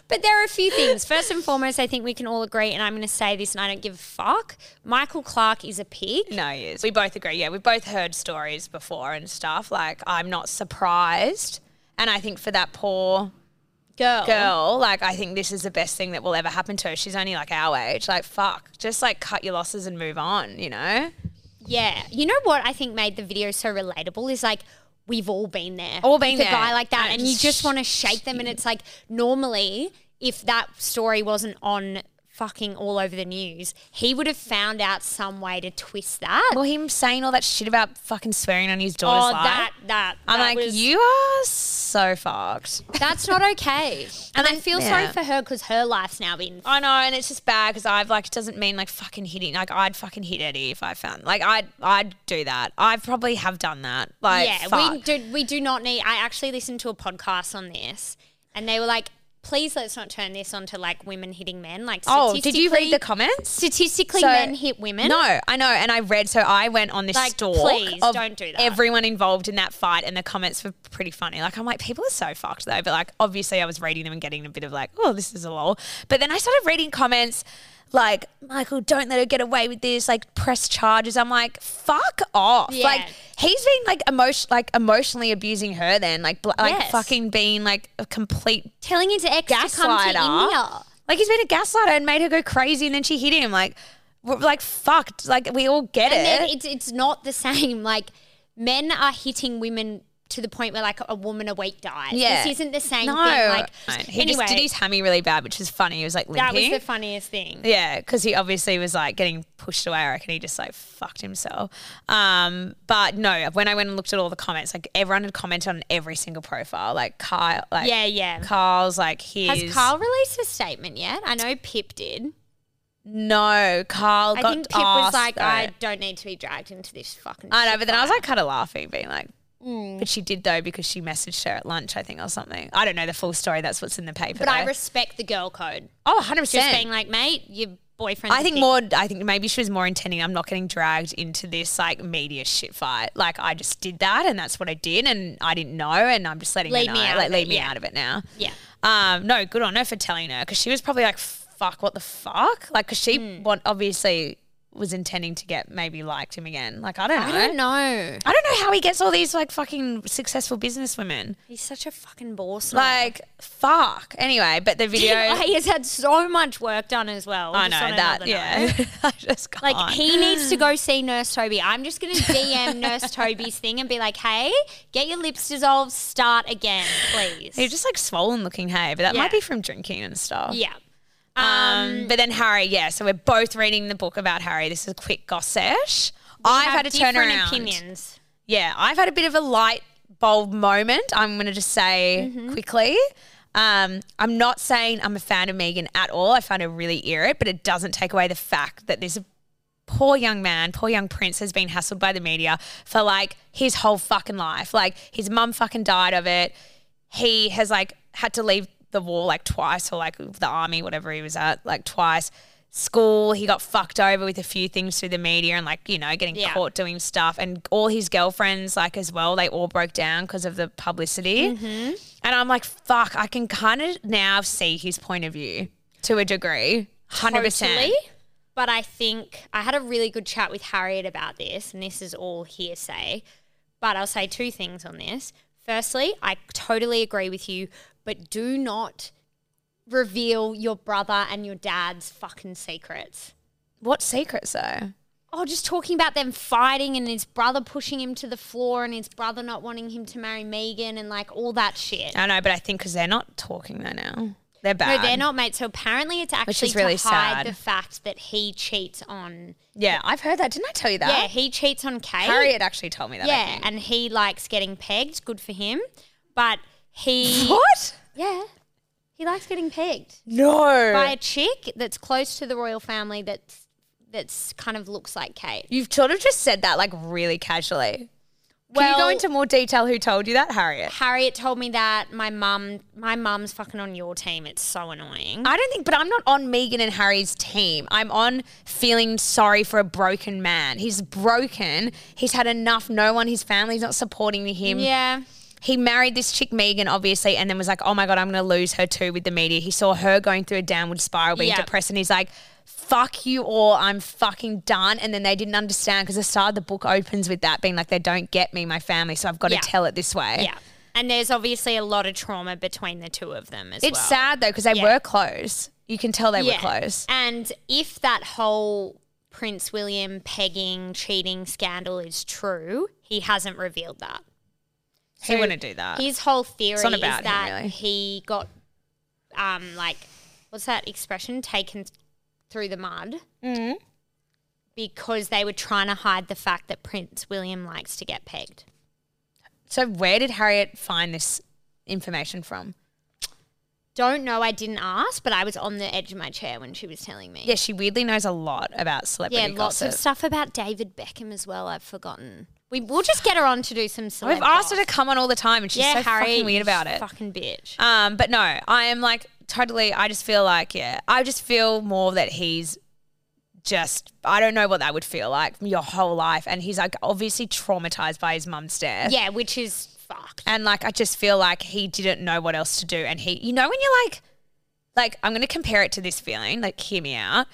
But there are a few things. First and foremost, I think we can all agree, and I'm going to say this, and I don't give a fuck. Michael Clark is a pig.
no, yes, we both agree. Yeah, we've both heard stories before and stuff. Like, I'm not surprised. And I think for that poor
Girl,
girl, like, I think this is the best thing that will ever happen to her. She's only like our age. Like, fuck, just like cut your losses and move on. You know?
Yeah. You know what I think made the video so relatable is like we've all been there.
All been
with A
there.
guy like that.
And
And you just
sh-
want to shake them. And it's like normally if that story wasn't on fucking all over the news, he would have found out some way to twist that.
Well, him saying all that shit about fucking swearing on his
oh,
daughter's life.
that that
I'm
that
like,
was-
you are so fucked.
That's not okay. And I feel sorry
Yeah.
for her because her life's now been
I know, and it's just bad because I've like it doesn't mean like fucking hitting. Like I'd fucking hit Eddie if I found like I'd I'd do that. I probably have done that. Like
yeah, we
Oh, fuck.
do. We do not need. I actually listened to a podcast on this, and they were like, "Please, let's not turn this onto like women hitting men." Like,
Oh, did you read
statistically-
the comments?
Statistically,
So-
men hit women.
No, I know, and I read. So I went on this
Like,
stalk
please
of
don't do that.
everyone involved in that fight, and the comments were pretty funny. Like I'm like, people are so fucked though. But like, obviously, I was reading them and getting a bit of like, oh, this is a lol. But then I started reading comments like, Michael, don't let her get away with this. Like, press charges. I'm like, fuck off.
Yeah.
Like he's been like emotion, like emotionally abusing her. Then like, bl- like
Yes.
fucking being like a complete
telling his ex to come to
gaslighter.
India.
Like he's been a gaslighter and made her go crazy, and then she hit him. Like, we're like fucked. Like we all get
And
it.
then it's it's not the same. Like, men are hitting women to the point where like a woman a week dies.
Yeah.
this isn't the same
no,
thing. Like,
he
anyway,
just did his hammy really bad, which was funny. He was like
that was
limping.
the funniest thing.
yeah, because he obviously was like getting pushed away. I reckon he just like fucked himself. Um, but no, when I went and looked at all the comments, like everyone had commented on every single profile. Like Kyle, like
Yeah, yeah.
Carl's like his.
Has Carl released a statement yet? I know Pip did.
No, Carl.
I
got
think Pip was
asked
like,
though.
I don't need to be dragged into this fucking.
I know,
shit
but then I was
fire."
like kind of laughing, being like,
Mm.
but she did though because she messaged her at lunch, I think, or something. I don't know the full story. That's what's in the paper.
But I
though.
respect the girl code.
oh, 100
Just
percent.
being like, mate, your boyfriend.
I think more. I think maybe she was more intending. I'm not getting dragged into this like media shit fight. Like I just did that, and that's what I did, and I didn't know, and I'm just letting
Leave
her
me
know.
out
like
of
leave
it,
me
yeah.
out of it now.
Yeah.
Um. No,
Mm.
good on her for telling her because she was probably like, "Fuck, what the fuck?" Like, because she want obviously was intending to get maybe liked him again. Like I don't know.
I don't know.
I don't know how he gets all these like fucking successful businesswomen.
He's such a fucking boss.
Like fuck. Anyway, but the video.
he has had so much work done as well.
I
just on
know that.
another
Yeah.
note.
I just can't.
Like he needs to go see Nurse Toby. I'm just gonna DM Nurse Toby's thing and be like, "Hey, get your lips dissolved. Start again, please."
He's just like swollen looking, hey, but that
Yeah.
might be from drinking and stuff.
yeah.
Um, but then Harry, yeah. So we're both reading the book about Harry. This is a quick gossish. I've
Have
had a
different
turnaround.
Opinions.
Yeah, I've had a bit of a light bulb moment. I'm going to just say
Mm-hmm.
quickly. Um, I'm not saying I'm a fan of Megan at all. I find her really irrit, but it doesn't take away the fact that this poor young man, poor young prince has been hassled by the media for like his whole fucking life. Like his mum fucking died of it. He has like had to leave the war like twice or like the army, whatever he was at, like twice. School, he got fucked over with a few things through the media and like, you know, getting
Yeah.
caught doing stuff. And all his girlfriends, like as well, they all broke down because of the publicity.
Mm-hmm.
And I'm like, fuck, I can kind of now see his point of view to a degree. 100%.
Totally. But I think I had a really good chat with Harriet about this, and this is all hearsay. But I'll say two things on this. Firstly, I totally agree with you, but do not reveal your brother and your dad's fucking secrets.
What secrets though?
Oh, just talking about them fighting and his brother pushing him to the floor and his brother not wanting him to marry Megan and like all that shit.
I know, but I think because they're not talking though now. They're bad.
No, they're not mates. So apparently, it's actually
is really
to hide
sad.
the fact that he cheats on.
Yeah, I've heard that. Didn't I tell you that?
Yeah, he cheats on Kate.
Harriet actually told me that. I
Yeah,
think.
and he likes getting pegged. Good for him. But he.
What?
Yeah. He likes getting pegged
No.
by a chick that's close to the royal family that's that's kind of looks like Kate.
You've sort of just said that like really casually. Can you
Well-
go into more detail who told you that, Harriet?
Harriet told me that my mum my mum's fucking on your team. It's so annoying.
I don't think, but I'm not on Megan and Harry's team. I'm on feeling sorry for a broken man. He's broken. He's had enough. No one, his family's not supporting him.
Yeah.
he married this chick Megan, obviously, and then was like, "Oh my god, I'm going to lose her too." With the media, he saw her going through a downward spiral, being
Yeah.
depressed, and he's like, "Fuck you all, I'm fucking done." And then they didn't understand because the start of the book opens with that being like, "They don't get me, my family, so I've got
Yeah.
to tell it this way."
Yeah. And there's obviously a lot of trauma between the two of them as
it's
well.
sad though because they
Yeah.
were close. You can tell they were close.
And if that whole Prince William pegging, cheating scandal is true, he hasn't revealed that.
he wouldn't do that.
His whole theory
Uh, not
is
about him,
that
really.
he got, um, like, what's that expression? Taken th- through the mud. Mm-hmm. Because they were trying to hide the fact that Prince William likes to get pegged.
So where did Harriet find this information from?
Don't know, I didn't ask, but I was on the edge of my chair when she was telling me.
Yeah, she weirdly knows a lot about celebrity
Yeah, lots
gossip.
of stuff about David Beckham as well. I've forgotten. We will just get her on to do some. Celeb
We've asked
goss.
her to come on all the time, and she's so fucking weird
you
about it.
Fucking bitch.
Um, but no, I am like totally. I just feel like yeah, I just feel more that he's just. I don't know what that would feel like your whole life, and he's like obviously traumatized by his mum's death.
yeah, which is fucked.
And like I just feel like he didn't know what else to do, and he, you know, when you're like, like I'm gonna compare it to this feeling. Like, hear me out.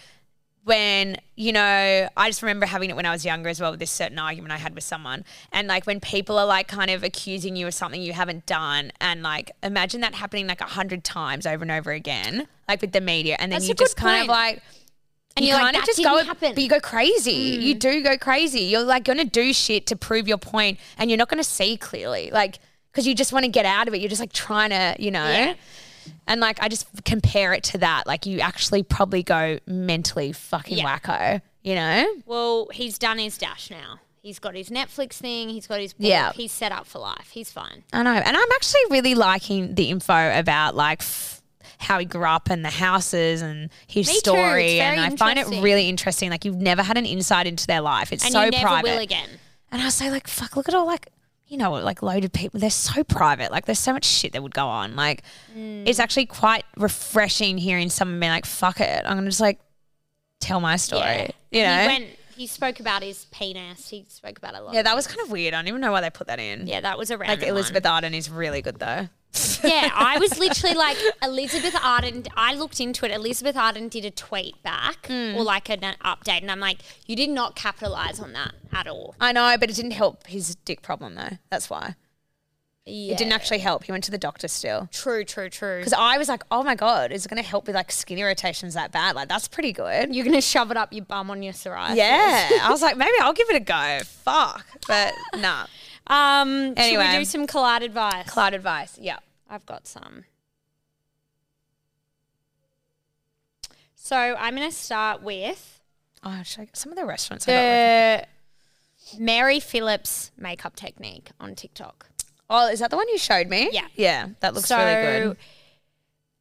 When you know, I just remember having it when I was younger as well with this certain argument I had with someone, and like when people are like kind of accusing you of something you haven't done, and like imagine that happening like a hundred times over and over again, like with the media, and then
That's
you
a good
just kind of
point.
like.
And
you
you're like,
kind
"That
of just
didn't
go,
happen." Mm.
but you go crazy. You do go crazy. You're like going to do shit to prove your point, and you're not going to see clearly, like because you just want to get out of it. You're just like trying to, you know.
Yeah.
And like I just compare it to that. Like you actually probably go mentally fucking
Yeah.
wacko, you know?
Well, he's done his dash now. He's got his Netflix thing. He's got his book.
Yeah.
He's set up for life. He's fine.
I know. And I'm actually really liking the info about like f- how he grew up and the houses and his
Me too.
story.
It's very
and I find it
interesting.
really interesting. Like you've never had an insight into their life. It's
And
so
you never
private.
will again.
And I say, like, fuck, look at all like, you know, like loaded people. They're so private. Like, there's so much shit that would go on. Like,
Mm.
it's actually quite refreshing hearing someone be like, fuck it. I'm going to just like tell my story,
He
you know?
went. He spoke about his penis. He spoke about a lot.
Yeah, that was kind of weird. I don't even know why they put that in.
yeah, that was a random
Like, Elizabeth Arden is really good, though.
yeah, I was literally like Elizabeth Arden. I looked into it. Elizabeth Arden did a tweet back or like an, an update, and I'm like, you did not capitalize on that at all.
I know, but it didn't help his dick problem though. That's why
Yeah.
it didn't actually help. He went to the doctor still.
True, true, true.
Because I was like, oh my god, is it going to help with like skin irritations that bad? Like that's pretty good.
You're gonna shove it up your bum on your psoriasis.
Yeah, I was like, maybe I'll give it a go. Fuck, but nah.
Um. Should
Anyway.
we do some collide advice?
Cloud advice. Yeah.
I've got some. So I'm gonna start with
Oh, should I, some of the restaurants. I got
the Mary Phillips makeup technique on TikTok.
oh, is that the one you showed me?
Yeah.
Yeah, that looks
so
really good.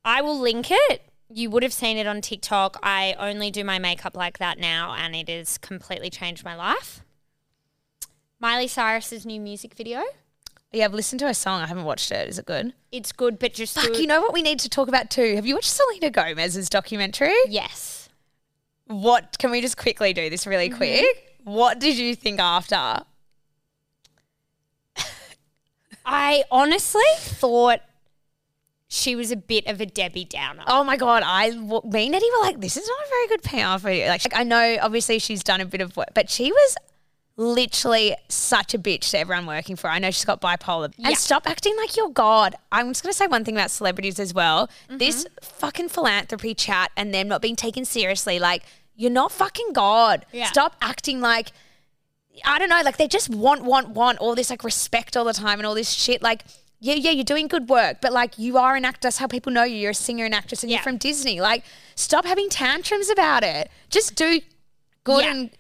I will link it. You would have seen it on TikTok. I only do my makeup like that now, and it has completely changed my life. Miley Cyrus's new music video.
Yeah, I've listened to her song. I haven't watched it. Is it good?
It's good, but just
Fuck,
do-
you know what we need to talk about too? Have you watched Selena Gomez's documentary?
yes.
What can we just quickly do this really quick? What did you think after?
I honestly thought she was a bit of a Debbie Downer.
Oh my god, I w- me and Eddie were like, this is not a very good PR for you. Like, I know obviously she's done a bit of work, but she was literally such a bitch to everyone working for. her. I know she's got bipolar.
Yeah.
And stop acting like you're God. I'm just gonna say one thing about celebrities as well.
Mm-hmm.
This fucking philanthropy chat and them not being taken seriously, like you're not fucking God.
Yeah.
Stop acting like I don't know, like they just want, want, want all this like respect all the time and all this shit. Like, yeah, yeah, you're doing good work, but like you are an actor. That's how people know you. You're a singer and actress and
Yeah.
you're from Disney. Like, stop having tantrums about it. Just do good
Yeah.
and.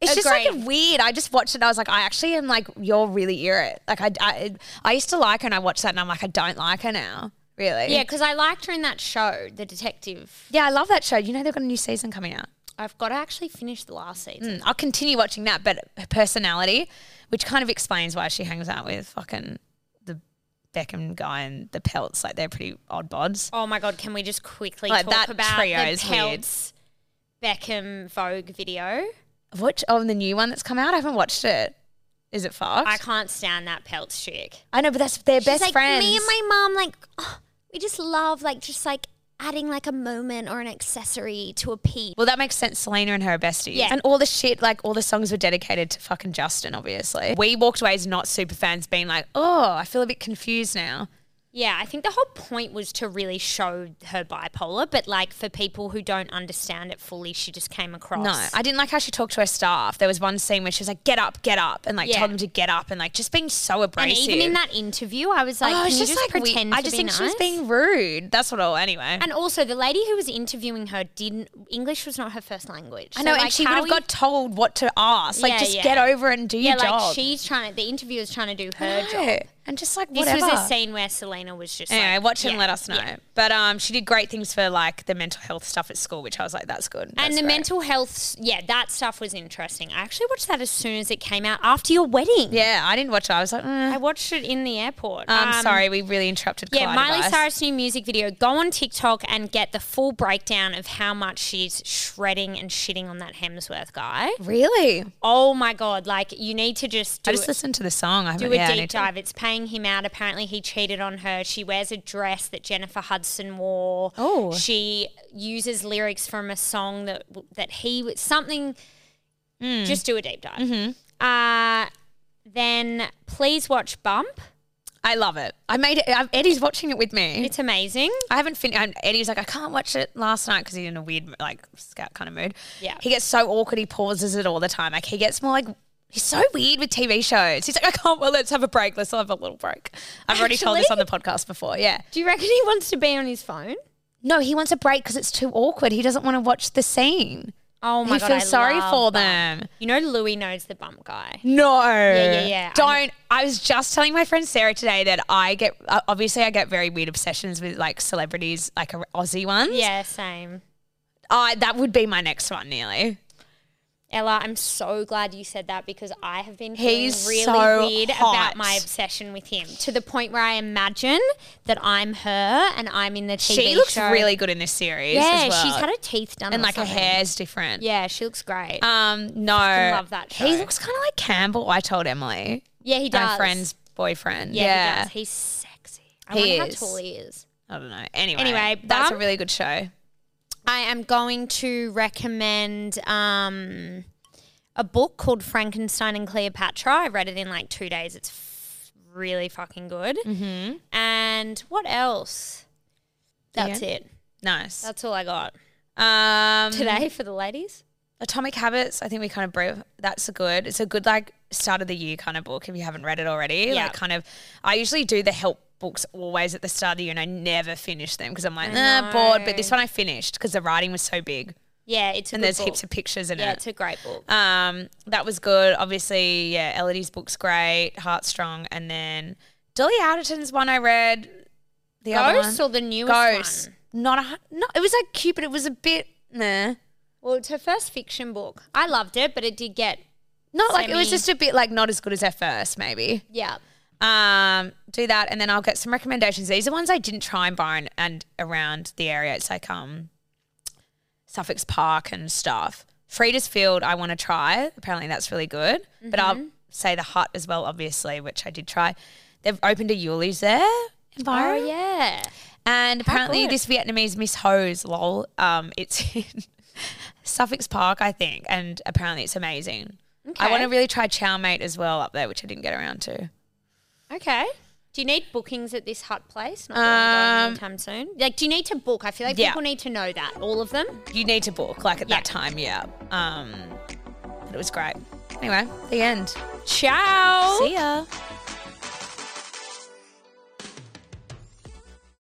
It's just like
Agreed.
weird. I just watched it. and I was like, I actually am like, you're really irrit. Like, I, I, I used to like her, and I watched that, and I'm like, I don't like her now. Really?
Yeah, because I liked her in that show, The Detective.
Yeah, I love that show. You know, they've got a new season coming out.
I've got to actually finish the last season.
Mm, I'll continue watching that, but her personality, which kind of explains why she hangs out with fucking the Beckham guy and the pelts, like they're pretty odd bods.
Oh my god, can we just quickly
Like,
talk
that
about
trio
the
is weird.
Peltz Beckham Vogue video?
Which oh, and the new one that's come out, I haven't watched it. Is it Fox?
I can't stand that Peltz chick.
I know, but that's their best
like
friends.
me and my mom, like oh, we just love like just like adding like a moment or an accessory to a piece.
well, that makes sense. Selena and her are besties.
Yeah.
And all the shit, like all the songs were dedicated to fucking Justin, obviously. We walked away as not super fans being like, oh, I feel a bit confused now.
Yeah, I think the whole point was to really show her bipolar, but like for people who don't understand it fully, she just came across.
No, I didn't like how she talked to her staff. There was one scene where she was like, "Get up, get up," and like
Yeah.
told them to get up, and like just being so
and
abrasive.
even in that interview, I was like,
Oh,
can
it's
you just,
we-
pretend
I
to
just
be
think
nice?
she was being rude. That's what all. Anyway,
And also, the lady who was interviewing her didn't English was not her first language.
I know,
So,
and
like,
she would
how
have
you-
got told what to ask. Like,
Yeah,
just
yeah.
get over and do
yeah,
your job.
like she's trying to. The interviewer's trying to do her
No.
job.
and just like
This
whatever.
was a scene where Selena was just
Anyway,
like,
watch and
yeah,
let us know.
yeah.
But um, she did great things for like the mental health stuff at school, which I was like, that's good.
And
That's
the
great.
mental health, yeah, that stuff was interesting. I actually watched that as soon as it came out after your wedding.
Yeah, I didn't watch it. I was like, mm.
I watched it in the airport.
I'm
Um,
sorry, we really interrupted.
Yeah,
Clyde
Miley
advice.
Cyrus' new music video. Go on TikTok and get the full breakdown of how much she's shredding and shitting on that Hemsworth guy.
Really?
Oh my god! Like you need to just do
I just listened to the song. I
do
haven't- yeah, I
a
need
deep
to-
dive. It's paying him out. Apparently, he cheated on her. She wears a dress that Jennifer Hudson wore.
Oh.
she uses lyrics from a song that that he something. Just do a deep dive. Uh, then please watch Bump.
I love it. I made it. i Eddie's watching it with me.
It's amazing.
I haven't finished. Eddie's like, I can't watch it last night because he's in a weird, like, scout kind of mood.
Yeah.
He gets so awkward. He pauses it all the time. Like, he gets more like, he's so weird with TV shows. He's like, I can't, well, let's have a break. Let's have a little break. I've already told this on the podcast before. Yeah.
Do you reckon he wants to be on his phone?
No, he wants a break because it's too awkward. He doesn't want to watch the scene.
Oh my
he
god!
feels
I
sorry
love
for
Bump.
them.
You know, Louis knows the Bump guy.
No. Yeah,
yeah, yeah.
Don't. I was just telling my friend Sarah today that I get, uh, obviously, I get very weird obsessions with like celebrities, like uh, Aussie ones.
Yeah, same.
I that would be my next one, nearly.
Ella, I'm so glad you said that because I have been
He's
feeling
so
really weird
hot.
about my obsession with him to the point where I imagine that I'm her and I'm in the TV
she looks
show.
really good in this series.
yeah.
as well.
She's had her teeth done
and
or
like her
something.
hair's different.
Yeah, she looks great.
Um. No.
love that show.
He looks kind of like Campbell. I told Emily,
yeah, he
my
does.
friend's boyfriend.
Yeah,
Yeah.
he does. He's sexy. I
He
wonder
is.
how tall he is.
I don't know. Anyway,
Anyway,
that's
bum.
a really good show.
I am going to recommend um, a book called Frankenstein and Cleopatra. I read it in like two days. It's f- really fucking good. Mm-hmm. And what else? That's
Yeah.
it.
Nice.
That's all I got
Um,
today for the ladies.
Atomic Habits. I think we kind of brev- that's a good. It's a good like start of the year kind of book if you haven't read it already.
Yeah.
Like kind of. I usually do the help books always at the start of the year, and I never finish them because I'm like nah, bored. But this one I finished because the writing was so big,
Yeah, it's a
and
good
there's
book.
heaps of pictures in
yeah,
it.
it's a great book.
Um, that was good. Obviously, yeah, Elodie's book's great, Heartstrong, and then Dolly Alderton's one I read. The other
Ghost
one.
or the newest
Ghost.
one?
Not a hu- no. It was like cute, but it was a bit meh.
Well, it's her first fiction book. I loved it, but it did get
Not like it was
Semi.
just a bit like not as good as her first, maybe.
yeah.
Um, do that, and then I'll get some recommendations. These are ones I didn't try and buy and, and around the area. It's like um, Suffolk's Park and stuff. Frida's Field, I want to try. Apparently, that's really good. But I'll say the Hut as well, obviously, which I did try. They've opened a Yuli's there. in
Oh
Byron.
yeah.
And apparently,
Oh, good.
this Vietnamese Miss Ho's lol. Um, it's in Suffolk's Park, I think, and apparently it's amazing. I want to really try Chow Mate as well up there, which I didn't get around to.
Okay. Do you need bookings at this hut place? Not
Um,
um, anytime soon. Like, do you need to book? I feel like
Yeah.
people need to know that. All of them.
You need to book, like at
Yeah.
that time, yeah. Um, but it was great. Anyway, the end.
Ciao.
See ya.